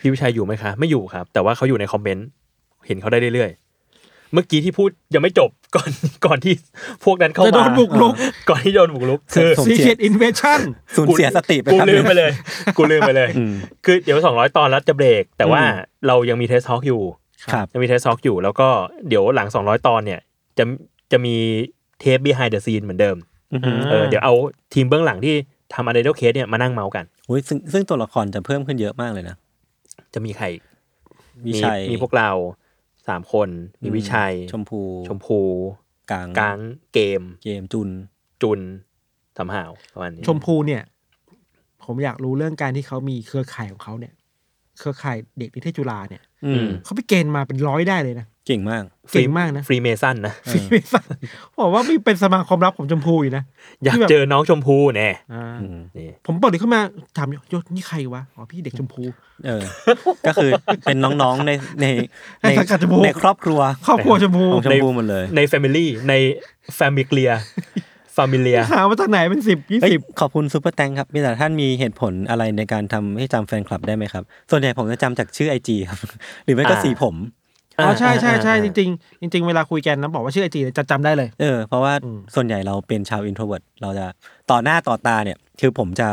พี่วิชัยอยู่ไหมคะ ไม่อยู่ครับ แต่ว่าเขาอยู่ในคอมเมนต์ เห็นเขาได้เรื่อย เมื่อกี้ที่พูดยังไม่จบ ก่อนก่อนที่พวกนั้นเข้า
จะ
มา
โดนบุกรุก
ก่อนที่โดนบุกรุกคือ
ผม
ซี
เสีย
เ r e ตอินเวชั่ น
สูญเสียสติไป
กู
ครับ
ลืมไป
เนี่ย
เลย กูลืมไปเลย
อืม
คือเดี๋ยวสองร้อยตอนแล้วจะเบรก แต่ว่า
อืม
เรายังมีเทสทอล์กอยู่
ครับ
ยังมีเทสทอล์กอยู่ แล้วก็เดี๋ยวหลังสองร้อยตอนเนี่ย จะจะมีเทป behind the scene เหมือนเดิมเออเดี๋ยวเอาทีมเบื้องหลังที่ทำ Untitled Case เนี่ยมานั่งเมาส์กัน
อุ้ยซึ่งซึ่งตัวละครจะเพิ่มขึ้นเยอะมากเลยนะ
จะมีใคร
วิ
อีกมี
ชัย
มีพวกเราสามคน มีวิชัย
ชมพู
ชมพู
กลาง
กลางเกม
เกมจุน
จุนสำหาวประมาณนี้
ชมพูเนี่ย ผมอยากรู้เรื่องการที่เขามีเครือข่ายของเขาเนี่ย เครือข่ายเด็กนิเทศจุฬาเนี่ย
อืม
เขาไปเกณฑ์มาเป็นร้อยได้เลยนะ
เก่งมาก
เก่งมากนะ
ฟรีเมสันนะ
ฟรีเมสัน ผมว่ามีเป็นสมาคมรับของชมพูอยู่นะ
อยากเจอน้องชมพูแน่
อ่า
อืม
นี่
ผมเปิดเลยเข้ามาถามยศนี่ใครวะอ๋อพี่เด็กชมพู
เออ ก็คือเป็นน้องๆในใน
ให้สังกัดชมพู
ในครอบครัว
ครอบครัวชมพู
ของชมพูหมดเลย
ใน Family ใน Family ฟามิเลีย
หามาจากไหนเป็นสิบยี่
เอ้ย
สิบ
ขอบคุณซูเปอร์แตงครับมีแต่ท่านมีเหตุผลอะไรในการทำให้จำแฟนคลับได้ไหมครับ ส่วนใหญ่ผมจะจำจากชื่อไอจีครับ หรือไม่ก็สีผม
อ๋อใช่ใช่ใช่จริงๆจริง ๆ เวลาคุยกันนะบอกว่าชื่อไอจีจะจำได้เลย
เออ เพราะว่า
อืม
ส่วนใหญ่เราเป็นชาวอินโทรเวิร์เราจะต่อหน้าต่อตาเนี่ย คือผมจะ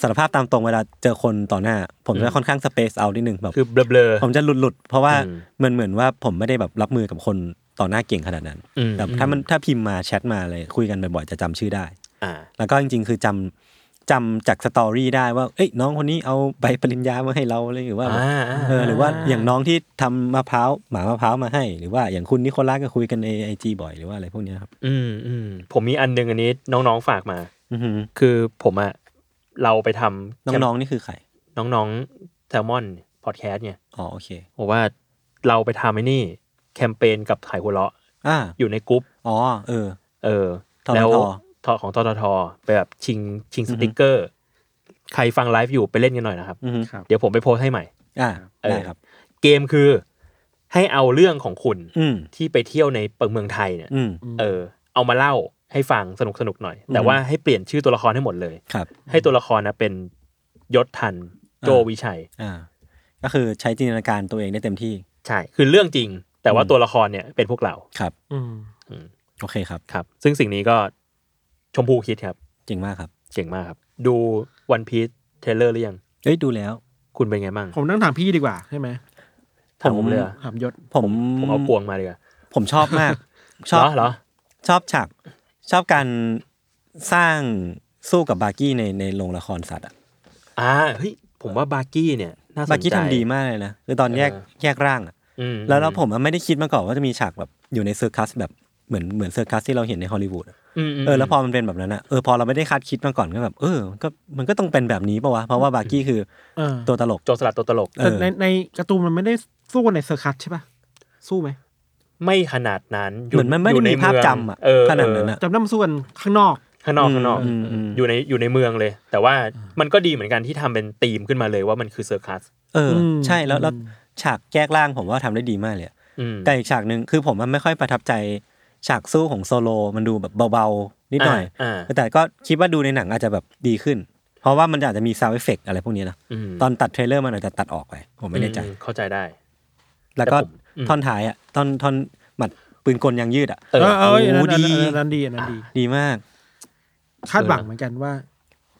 สารภาพตามตรงเวลาเจอคนต่อหน้า ผมจะค่อนข้างสเปซเอานิดนึงแบบ
คือเบลอ
ผมจะหลุดหลุดๆเพราะว่า
อืม
มันเหมือนว่าผมไม่ได้แบบรับมือกับคนต่อหน้าเก่งขนาดนั้น
อืม
แต่ถ้ามันถ้าพิมพ์มาแชทมาอะไรคุยกันบ่อยๆจะจำชื่อได้
ๆอ่า
แล้วก็จริงๆ คือจำจำจากสตอรี่ได้ว่า เอ้ยน้องคนนี้เอาใบปริญญามาให้เราอะไรหรือว่าแบบ
อ่าอ่า
เออหรือว่าอย่างน้องที่ทำมะพร้าวหมามะพร้าวมาให้ หรือว่าอย่างคุณนิโคลัสก็คุยกันในไอจีบ่อยหรือว่าอะไรพวกเนี้ยครับ
อืมอืมผมมีอันหนึงอันนี้น้องๆฝากมา
อือหือ
คือผมอะเราไปทำแคม
น้องๆนี่คือใคร
น้องๆแซลมอนพอดแคสต์เนี่ย
อ๋อโอเค
บอกว่าเราไปทำไอ้นี่ แคมเปญกับถ่ายหัวเราะ
อ่า
อยู่ในกรุ๊ป
อ๋อเออ
เออ
ทท
แล้วทอของทททไปแบบชิงชิงสติกเกอร์ ใครฟังไลฟ์อยู่ไปเล่นกันหน่อยนะครับ
อือหือ
ครับ
เดี๋ยวผมไปโพสต์ให้ใหม่
อ่า
เออ
ได้ครับ
เกมคือให้เอาเรื่องของคุณ
อืม
ที่ไปเที่ยวในเมืองไทยเนี่ย
อืม
เออ เอามาเล่าให้ฟังสนุกสนุกๆหน่อย แต่ว่าให้เปลี่ยนชื่อตัวละครให้หมดเลย
ครับ
ให้ตัวละครนะเป็นยศทันโจ
อ่า
วิชัย
อ่า ก็คือใช้จินตนาการตัวเองได้เต็มที่
ใช่ คือเรื่องจริง แต่ว่าตัวละครเนี่ยเป็นพวกเรา
ครับ
อืม
โอเคครับ
ครับ ซึ่งสิ่งนี้ก็ชมพูคิดครับ
เจ๋งมากครับ
เจ๋งมากครับ ดูวันพี e เทเลอร์หรือยัง
เอ้ยดูแล้ว
คุณเป็นไงบ้าง
ผมนั่งถามพี่ดีกว่าใช่ไหม
ถามผมเลยเหรอ
ถามยศ
ผม
ผมเอากวงมาเลยอะ
ผมชอบมาก ช
เหร
อบ
อเหรอ
ชอบฉากชอบการสร้างสู้กับบาร์กี้ในในโรงละครสัตว์อะ
อ่า เฮ้ย ผมว่าบาร์กี้เนี่ยน่าสนใจ
บาร์กี้ทำดีมากเลยนะคือตอนแยก
เออ
แยกร่างอะ
อืม
แล้วแล้วผมอะไม่ได้คิดมาก่อนว่าจะมีฉากแบบอยู่ในเซอร์คัสแบบเหมือนเหมือนเซอร์คัสที่เราเห็นในฮอลลีวูดอะ
มม
เออแล้วพอมันเป็นแบบนั้นอะเออพอเราไม่ได้คาดคิดมาก่อนก็แบบเออก็มันก็ต้องเป็นแบบนี้ปะวะเพราะว่าบาร์กี้คือ
เออ
ตัวตลก
โจรสลัดตัวตลก
เอ
แต่
อ
ในในการ์ตูนมันไม่ได้สู้กันในเซอร์คัสใช่ปะสู้ไหม
ไม่ขนาดนั้นยู่
เหมือนมันไม่ได้
ยู่ใ
มีภาพ
เอง
จำอะ
เออ
ขนาดนั้นอะ
เออ
จำได้มันสู้กันข้างนอก
ข้างนอกข้างนอก
อืมอืม
อยู่ในอยู่ในเมืองเลย แต่ว่ามันก็ดีเหมือนกันที่ทำเป็นธีมขึ้นมาเลยว่ามันคือเซอร์คัส
เอออ
ม
ใช่แล้วแล้วฉากแยกร่างผมว่าทำได้ดีมากเลยอะ
อืม
แต่อีกฉากหนึ่งคือผมมันไม่ค่อยประทับใจฉากสู้ของโซโลมันดูแบบเบาๆ นิดหน่อย
อ่าอ่า
แต่ก็คิดว่าดูในหนังอาจจะแบบดีขึ้น เพราะว่ามันอาจจะมีซาวเอฟเฟกอะไรพวกนี้นะ
ม
ตอนตัดเทรลเลอร์มันอาจจะตัดออกไป ผมไม่แน่ใจ
อืเข้าใจได้
แล้วก็
แต่ผมอืม
ท่อนท้ายอ่ะท่อนท่อนหมัดปืนกลยังยืดอ่ะ
เออ
เออเออ
โอ้
อันนั้น
ดี
อันนั้นดีอันนั้นดี
ดีมาก
คาดหวังเหมือนกันว่า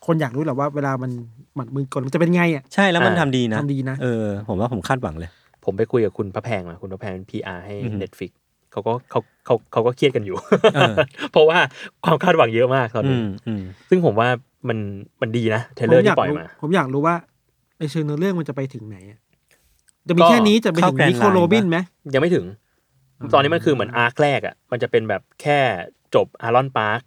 คนอยากรู้แหละว่าเวลามันหมัดมือกลมันจะเป็นไงอ่ะ
ใช่แล้วมัน
อ่า
ทำดีนะ
ทำดีนะ
เออ ผมว่าผมคาดหวังเลย
ผมไปคุยกับคุณพระแพงมาคุณพระแพงเป็นพีอาให้
อือหือ
เน็ตฟิกเขาก็เขาเขาเขาก็เครียดกันอยู่
เออ
เพราะว่าความคาดหวังเยอะมากตอน
อื
นี้
มอืม
ซึ่งผมว่ามันมันดีนะเท
ผม
เลอร์
อ
ที่
ยาก
ปล่อย
รู้
มา
ผมอยากรู้ว่าในเชิงเนื้อเรื่องมันจะไปถึงไหนอะจะมี
ก็
แค่นี้จะไปถึงนิโคโรบินไหม
ยังไม่ถึง ตอนนี้มันคือเหมือนอาร์คแรกอ่ะ มันจะเป็นแบบแค่จบอารอนพาร์ค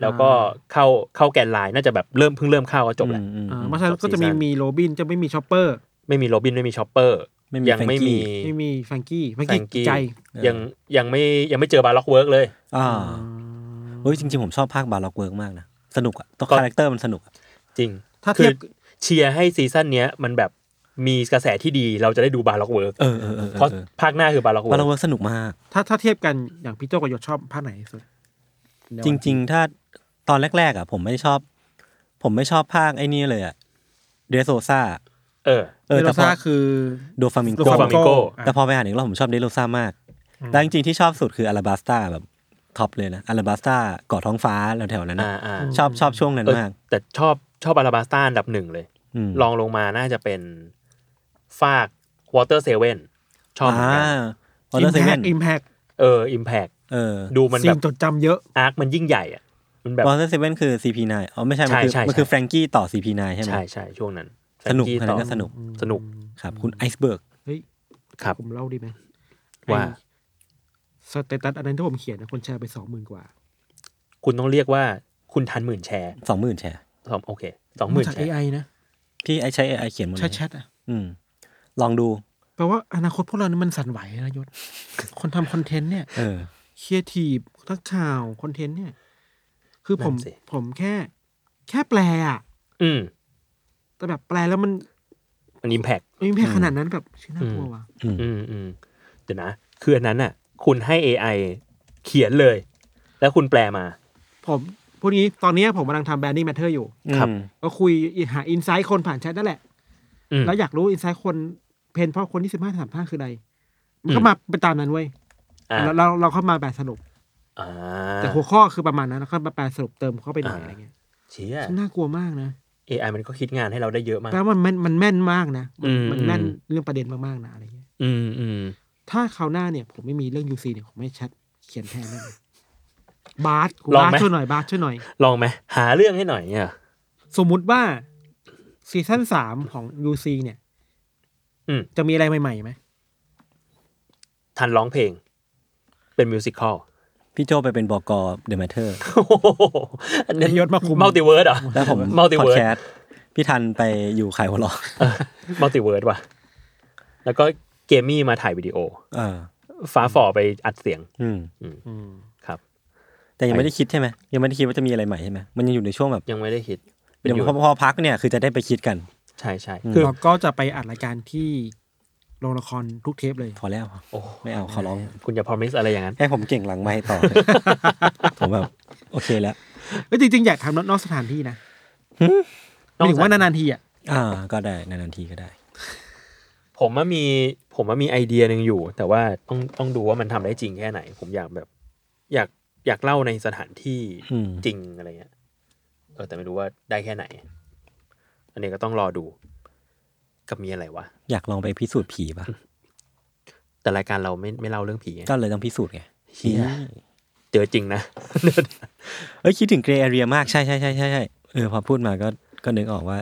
แล้วก็เข้าเข้าแกนไลน์น่าจะแบบเริ่มเพิ่งเริ่มเข้าก็จบแหละ
อืมอืม
อ่า
อืม
เพราะฉะนั้นก็จะมี
จบซีซั่น
มีโรบินจะไม่มีชอปเปอร์
ไม่มีโรบินไม่มีชอปเปอร์
ไม่มี
ยัไม่มี
Frankie
ไม่มีแฟรงกี้แฟรง
แฟรง
กี้
กี้
ใจ
เออ
ยังยังไม่ยังไม่เจอบาร์ล็อกเวิร์กเลย
อ่าเฮ้ยจริงๆผมชอบภาคบาร์ล็อกเวิร์กมากนะสนุกอ่ะตัวคาแรคเตอร์มันสนุกอะ
จริง
ถ้า
คื
เทียบ
เชียร์ให้ซีซั่นเนี้ยมันแบบมีกระแสที่ดีเราจะได้ดูบาร์ล็อกเวิร์ก
เออเออเออเอ
เพราะ
อเออ
ภาคหน้าคือบาร์ล็อกเวิ
บาร์ล็อก
ร์ก
เวิร์กสนุกมาก
ถ้าถ้าเทียบกันอย่างพี่โจกับยศชอบภาคไหนที่สุด
จริง ๆ ถ้าตอนแรก ๆ อ่ะ ผมไม่ชอบ ผมไม่ชอบภาคไอ้นี่เลยอ่ะเดโซซา
เออ
เออแต่
แต่พอ
ซาคือ
โดฟามิงโก
Doflamingo
แต่พอไปอ่านอีกรอบผมชอบเดโ o ซามาก
อืม
แล้วจริงๆที่ชอบสุดคืออาราบัสตาแบบท็อปเลยนะอาราบัสตาเกาะท้องฟ้าแถวๆนั้นนะ
อ่าอ่า
ชอบชอบช่วงนั้น
เออ
มาก
แต่ชอบชอบอาราบาสต้าอันดับหนึ่งเลย
ม
ลองลงมาน่าจะเป็นฟากวอเตอร์เซเว่นชอบเหมือนกัน
วอเตอร์เซเว่น
อิมแพก
เอออิมแพก
เออ
ดูมัน
สิ่
แบ
ง
บ
จดจำเยอะ
อาร์คมันยิ่งใหญ่อะมันแบบ
วอเตอร์เซเว่นคือ CP9 อ๋อไม่ใช่ มันคือ
ใช่ใช่
มันคือ
ใช่
แฟรงกี้ต่อ CP9 ใช่ไหม
ใช่ใช่ช่วงนั้น
สนุก
แฟรง
อันนั้
ต่อ
นก็สนุก
สนุก
ครับคุณไอซ์เบิร์ก
เฮ้ย
ครับ
ผมเล่าดีไหม
ว่า
ไอ้สเตตัสอันนั้นที่ผมเขียนนะคนแชร์ไปสองหมื่นกว่า
คุณต้องเรียกว่าคุณทันหมื่นแชร์
สองหมื่นแชร์
สองโอเคสองหมื่น
จาก
แช
เอ
ร์
ไอนะ
พี่ไอใช้ AI เขียนหมดเล
ใช่
ย
แชทอ่ะ
อืม ลองดู
แปลว่าอนาคตพวกเรานี่มันสั่นไหวนะยศ คนทำคอนเทนต์เนี่ย
เออ
ครีเอทีฟนักข่าวคอนเทนต์เนี่ย คือผม
นั่นสิ
ผมแค่ แค่แปลอ่ะ
อืม
แต่แบบแปลแล้วมัน
มันอิมแพก
ไม่แพ้ขนาดนั้นแบบชื่อน่ากลัว
อืม
ว่ะ
อืมอืมเดี๋ยวนะ คืออันนั้นน่ะ คุณให้ AI เขียนเลย แล้วคุณแปลมา
ผมพวกนี้ตอนเนี้ยผมกำลังทำแบรนดิ้งแมทเทอร์อยู่
ครับ
อืม
ก็คุยหาอินไซต์คนผ่านแชทนั่นแหละ
อืม
แล้วอยากรู้อินไซต์คนเพนเพราะคนที่สิบห้าสามห้าคืออะไร มัน
อื
ก็
ม
มาไปตามนั้นเว้ย
อ่า
แล้วเราเราเข้ามาแปลสรุป
อ่า
แต่หัวข้อคือประมาณนั้นแล้วก็มาแปลสรุปเติมเข้าไปหน่อย
อ่า
อะไรเงี้ย
เชี่ย
ซึ่งน่ากลัวมากนะ
AI มันก็คิดงานให้เราได้เยอะมาก
แปลว่ามันแม่นมันแม่นมากนะมัน
อืม
มันแม่นเรื่องประเด็นมากๆนะอะไรเงี้ย
อืมอืม
ถ้าคราวหน้าเนี่ย ผมไม่มีเรื่อง UC เนี่ยผมไม่แชทเขียนแทนแน่เลยบาสกูบาสช่วยหน่อยบาสช่วยหน่อย
ลองไหมหาเรื่องให้หน่อยเนี่ย
สมมุติว่าซีซั่นสามของ UC เนี่ย
อืม
จะมีอะไรใหม่ๆไหม
ทันร้องเพลง เป็นมิวสิค อล
พี่โจไปเป็นบอก The Matter
ยศมาคุม
มัลติเวิร์ดเหรอ
แล้วผม
Multiverse
พอดแคสต์พี่ทันไปอยู่ขายหัวเราะ
มัลติเวิร์ดว่ะ แล้วก็เกมมี่มาถ่ายวิดีโอ
เออ
ฟ้าฝ่อไปอัดเสียง
อืม
อืม
ครับ
แต่ยังไม่ได้คิดใช่ไหมยังไม่ได้คิดว่าจะมีอะไรใหม่ใช่ไหมมันยังอยู่ในช่วงแบบ
ยังไม่ได้คิด
เดี๋ยวพอพอพักเนี่ยคือจะได้ไปคิดกัน
ใช่ใช่
อืม
คือ
เราก็จะไปอัดรายการที่โรงละครทุกเทปเลย
พอแล้ว
โอ้
ไม่ เอาขอร้อง
คุณอย่าพอมิสอะไรอย่างนั้น
ให้ผมเก่งหลังไม้ต่อ ผมแบบโอเคแล้ว
เอ้ยจริงๆ อยากทำนอกสถานที่นะ
หึ
หมายถึงว่านานๆทีอ่ะ
อ่า ก็ได้นานๆทีก็ได้
ผมว่ามีผมว่ามีไอเดียหนึ่งอยู่ แต่ว่าต้องต้องดูว่ามันทำได้จริงแค่ไหน ผมอยากแบบ อยากอยากเล่าในสถานที่
อืม
จริงอะไรเงี้ยเออแต่ไม่รู้ว่าได้แค่ไหน อันนี้ก็ต้องรอดู กับมีอะไรวะ
อยากลองไปพิสูจน์ผีป่ะ
แต่รายการเราไม่ไม่เล่าเรื่องผีไง
ก็เลยต้องพิสูจน์ไง
เชี่ยเจอจริงนะ
เอ้ยคิดถึงเกร y a เ e ียมากใช่ใช่ใช่ใช่ใช่เออพอพูดมาก็ก็นึกออกว่า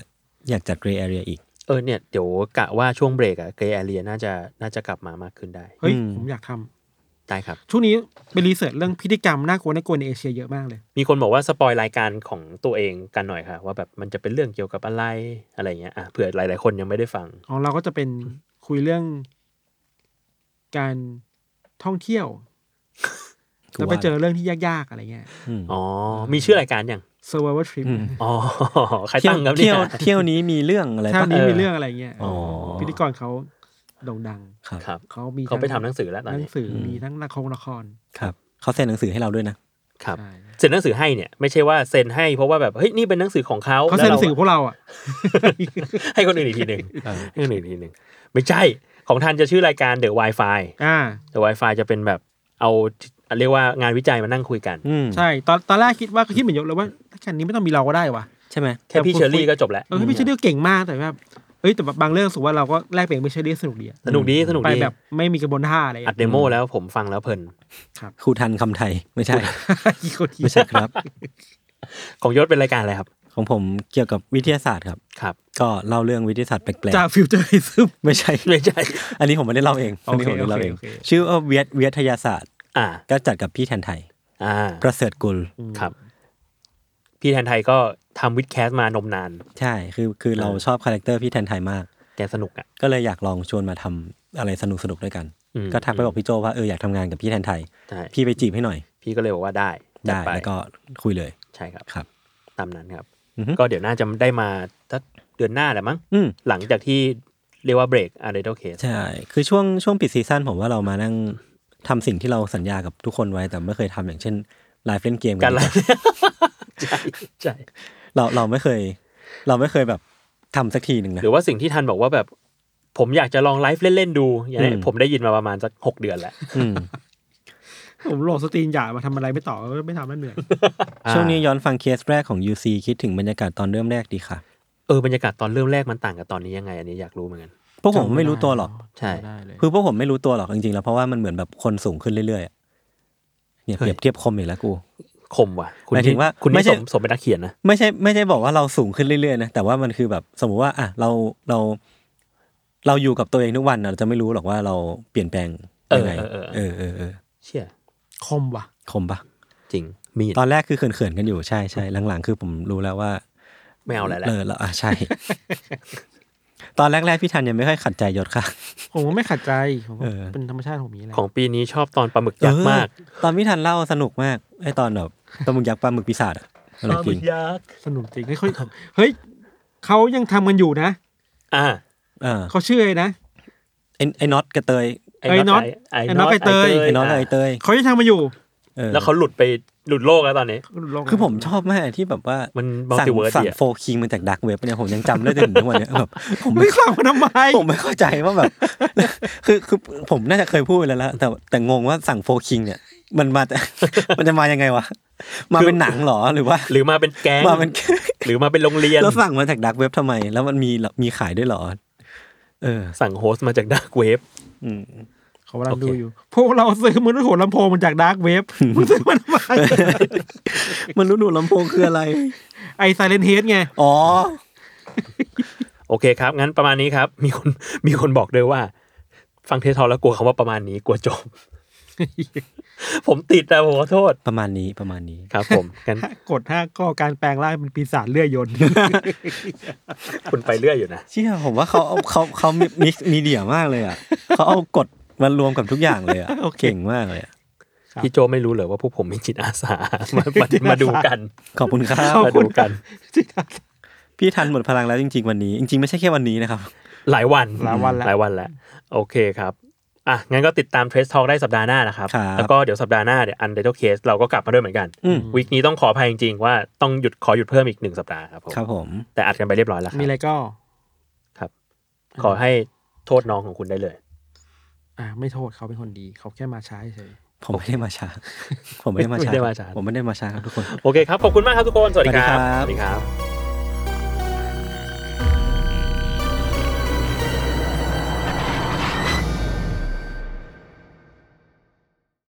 อยากจัดเกร y a เ e ียอีก
เออเนี่ยเดี๋ยวกะว่าช่วงเบรกอะเกรย์แอเรียน่าจะน่าจะกลับมามากขึ้นได้
เฮ้ย
อืม
ผมอยากทำ
ได้ครับ
ช่วงนี้ไปรีเสิร์ชเรื่องพฤติกรรมน่ากลัวน่ากลัวในเอเชียเยอะมากเลย
มีคนบอกว่าสปอยรายการของตัวเองกันหน่อยค่ะ ว่าแบบมันจะเป็นเรื่องเกี่ยวกับอะไรอะไรเงี้ยอ่ะเผื่อหลาย ๆ คนยังไม่ได้ฟัง
ของเราก็จะเป็นคุยเรื่องการท่องเที่ยว
กู
แล้วไป
ว่า
เจอเรื่องที่ยากๆ อะไรเงี้ย
ม
อ๋อ มีชื่อรายการยัง
survival trip
อืม
อ๋อ ใคร
เที่ย
ตั้
ว
งครับเนี่
เที่
ย
ยวเที่ยวนี้มีเรื่องอะไร
เท่า
ปะ
นี้มีเรื่องอะไรเงี้ย
อ๋อ
พิธีกรเขาโด่งดัง
ครับ
ครับ
เขามี
เขาไปทำหนังสือแล้วตอน
หนั
นี้
งสือมีทั้งละครละคร
ครับเขาเซ็นหนังสือให้เราด้วยนะ
ครับ
ใช่
เซ็นหนังสือให้เนี่ย ไม่ใช่ว่าเซ็นให้เพราะว่าแบบเฮ้ยนี่เป็นหนังสือของเขา
เขาเซ็นหนังสือ
แล้ว
พวกเราอ่ะ
เราให้คนอื่นอีกทีหนึ่งให้คนอื่นอีกทีหนึ่งไม่ใช่ของทันจะชื่อรายการ The Wi-Fi
อ่า
The Wi-Fi จะเป็นแบบเอาเรียกว่างานวิจัยมานั่งคุยกัน
อืม
ใช่ ตอนตอนแรกคิดว่าคิดเหมือนยกเลยว่าถ้าการนี้ไม่ต้องมีเราก็ได้ว่ะ
ใช่ไหม
แค่พี่เชอรี่ก็จบแล้ว
เออพี่เชอรี่ก็เก่งมากแต่แบบเอ้ยแต่แบบบางเรื่องรู้สุว่าเราก็แลกเปลี่ยนพี่เชอรี่สนุกดีอะ
สนุกดีสนุก
ไป
ดี
แบบไม่มีกระบวนท่าอะไร
อัดเดโมแล้วผมฟังแล้วเพลิน
ครูทันคำไทยไม่ใช่
อีกคนที
ไม่ใช่ครับ
ของยศเป็นรายการอะไรครับ
ของผมเกี่ยวกับวิทยาศาสตร์ครับ
ครับ
ก็เล่าเรื่องวิทยาศาสตร์แปลก
จากฟิวเจอร์ริซึม
ๆไม่ใช่
ไม่ใช่
อันนี้ผมไม่ได้เล่าเองอันนี้ผ
โอ
ม
เค
ไม่ได้เล่าเอง
โอเคโอเค
ชื่อว่าเวียดเวียทยาศาสตร์
อ่า
ก็จัดกับพี่แทนไทย
อ่า
ประเสริฐกุล
ครับ พี่แทนไทยก็ทำวิดแคสต์มานมนาน
ใช่คือคือเราชอบคาแรคเตอร์พี่แทนไทยมาก
แกสนุกอ่ะ
ก็เลยอยากลองชวนมาทำอะไรสนุกสนุกๆด้วยกัน
อืม
ก็ทักไปบอกพี่โจว่าเอออยากทำงานกับพี่แทนไทย
ใช่
พี่ไปจีบให้หน่อย
พี่ก็เลยบอกว่าได้จั
ได้
ป
แล้วก็คุยเลย
ใช่ครับ
ครับ
ตามนั้นครับ
อือฮึ
ก็เดี๋ยวน่าจะได้มาสักเดือนหน้าแหละมั้ง
อืม
หลังจากที่เรียกว่าเบรกอาร์เดโตเคส
ใช่คือช่วงช่วงปิดซีซั่นผมว่าเรามานั่งทำสิ่งที่เราสัญญากับทุกคนไว้แต่ไม่เคยทำอย่างเช่นไลฟ์เล่นเกม
กั
กัน น
ละ
ดีกว่า
ใช่ใช่
เราเราไม่เคย เราไม่เคยแบบทำสักทีหนึ่งนะ
หรือว่าสิ่งที่ทันบอกว่าแบบ ผมอยากจะลองไลฟ์เล่น ๆ ดูอย่างนี้
อืม
ผมได้ยินมาประมาณสักหกเดือนแล้ว
อืม
ผมโหลดสตรีนหยามาทำอะไรไม่ต่อไม่ทำแล้วเหนื่อย
ช่วงนี้ย้อนฟังเคสแรกของ UC คิดถึงบรรยากาศตอนเริ่มแรกดีค่ะ
เออบรรยากาศตอนเริ่มแรกมันต่างกับตอนนี้ยังไง อันนี้อยากรู้เหมือนกัน
พวกผมไม่รู้ตัวหรอก
ใช่
ได้เลย
คือพวกผมไม่รู้ตัวหรอกจริงๆแล้วเพราะว่ามันเหมือนแบบคนสูงขึ้นเรื่อยๆอะเนี่ย
เฮ้
เปรี
ย
ยบเทียบคมอีกแล้วกู
คมว่ะคุณ
หมายถึงว่า
คุณ
ไม่
ไม่
ใช่
สมสมเป็นนักเขียนนะ
ไม่ใช่ไม่ใช่บอกว่าเราสูงขึ้นเรื่อยๆนะแต่ว่ามันคือแบบสมมุติว่าอ่ะเราเรา เราอยู่กับตัวเองทุกวันน่ะเราจะไม่รู้หรอกว่าเราเปลี่ยนแปลงยังไง
เออเอ
เอ
อ
อเออเออ
เชี่ย
คมว่ะ
คมปะ
จริงมีด
ตอนแรกคือเขินๆกันอยู่ใช่ใช่หลังๆ คือผมรู้แล้วว่า
ไม่เอาแล้วแหละ
เออแล้วอ่ะ ใช่ ตอนแรกๆพี่ทันยังไม่ค่อยขัดใจยศค่ะ
ผมก็ไม่ขัดใจผมก็
เออ
เป็นธรรมชาติของมีอะไร
ของปีนี้ชอบตอนปลาหมึกยักษ์มาก
เออตอนพี่ทันเล่าสนุกมากไอตอนแบบปลาหมึกยักษ์ปลาหมึกปีศาจอะสนุกจริง
ษ์
สนุกจริงเฮ้ยเขาเฮ้ยเขายังทำกันอยู่นะ
อ่ะ
เออ
เขาชื่ออะไรนะ
ไอไอน็อตกระเตย
ไอ้น็อต
ไอ้
ไอ้น็อตไอ้เตย
ไอน็อตกับไอเตย
เขายังทำกันอยู่
เออ
แล้วเขาหลุดไปหลุดโลกแล้วตอนนี้
ลงนะ
คือผมชอบมากที่แบบว่า
มัน
สั่ง
multiverse
สั่ง
ดีอะ
โฟคิงมาจากดักเว็บเนี่ยผมยังจำได้จนถึงทุกวันเนี่ย แบบผม
ไม่
ไม่
ข่าวทำไม
ผมไม่เข้าใจว่าแบบ คือคือผมน่าจะเคยพูดไปแล้วละแต่แต่งงว่าสั่งโฟคิงเนี่ย มันมาจาก มันจะมายังไงวะมาเป็นหนังเหรอหรือว่า
หรือมาเป็นแก๊ง
มาเป็น
หรือมาเป็นโรงเรียน
แล้วสั่งมาจากดักเว็บทำไม แล้วมันมีมีขายด้วยเหรอ เออ
สั่งโฮสต์มาจากดาร์กเวฟ
อืม
เขากำลั
โอง เค
ดูอยู่ พวกเราซื้อมือถือหัวลำโพงมาจากดาร์กเว็ บมึงซื้อมาทำไม
มันรู้ดูลำโพงคืออะไร
ไอไซเลนเฮดไง
อ๋อ
โอเคครับ งั้นประมาณนี้ครับ มีคนมีคนบอกด้วยว่า ฟังเทสทอลแล้วกลัวคำว่าประมาณนี้กลัวจบ ผมติดอะผมขอโทษ
ประมาณนี้ประมาณนี้
ครับ ผมงั้น
กดห้าก็การแปลงร่างเป็นปีศาจเลื่อยยนต์
คุณไปเรื่อยอยู่นะ
เชี่ยผมว่าเขาเอาเขาเขามีมีเดียมากเลยอ่ะเขาเอากฎมารวมกับทุกอย่างเลยอ่ะ
โอเค
เก่งมากเลยอะ
ครับ
พี่โจไม่รู้เหรอว่าพวกผมมีจิตอาส า มามามาดูกัน
ขอบคุณครับ
ขอบ
มา
คุ
ดู
ณ
กัน
พี่ทันหมดพลังแล้วจริง ๆ วันนี้ จริง ๆ ไม่ใช่แค่วันนี้นะครับ
หลายวัน
หลายวันแล้ว
หลายวันแล้ว โอเคครับ อ่ะ งั้นก็ติดตามเทสทอลได้สัปดาห์หน้านะครับ
ครับ
แล้วก็เดี๋ยวสัปดาห์หน้าเดี๋ยวอันเดอร์เคสเราก็กลับมาด้วยเหมือนกัน
อืม
วีคนี้ต้องขออภัยจริงๆว่าต้องหยุดขอหยุดเพิ่มอีกหนึ่งสัปดาห์ครับผม
ครับผม
แต่อัดกันไปเรียบร้อยแล้วค
มีอะ
รั
ไร
บ
ก็
ขอให้โทษน้องของคุณได้เลย
อ่า ไม่โทษเขาเป็นคนดี เขาแค่มาช้าเฉย
ผมไม่ได้มาช้าผมไม่ได้มาช้า
ไม่ได้มาช้า
ผมไม่ได้มาช้าครับทุกคน
โอเคครับ ขอบคุณมากครับทุกคน สวัสดีครั
สวัสดีค
บ
รับ
สวัสดีครับ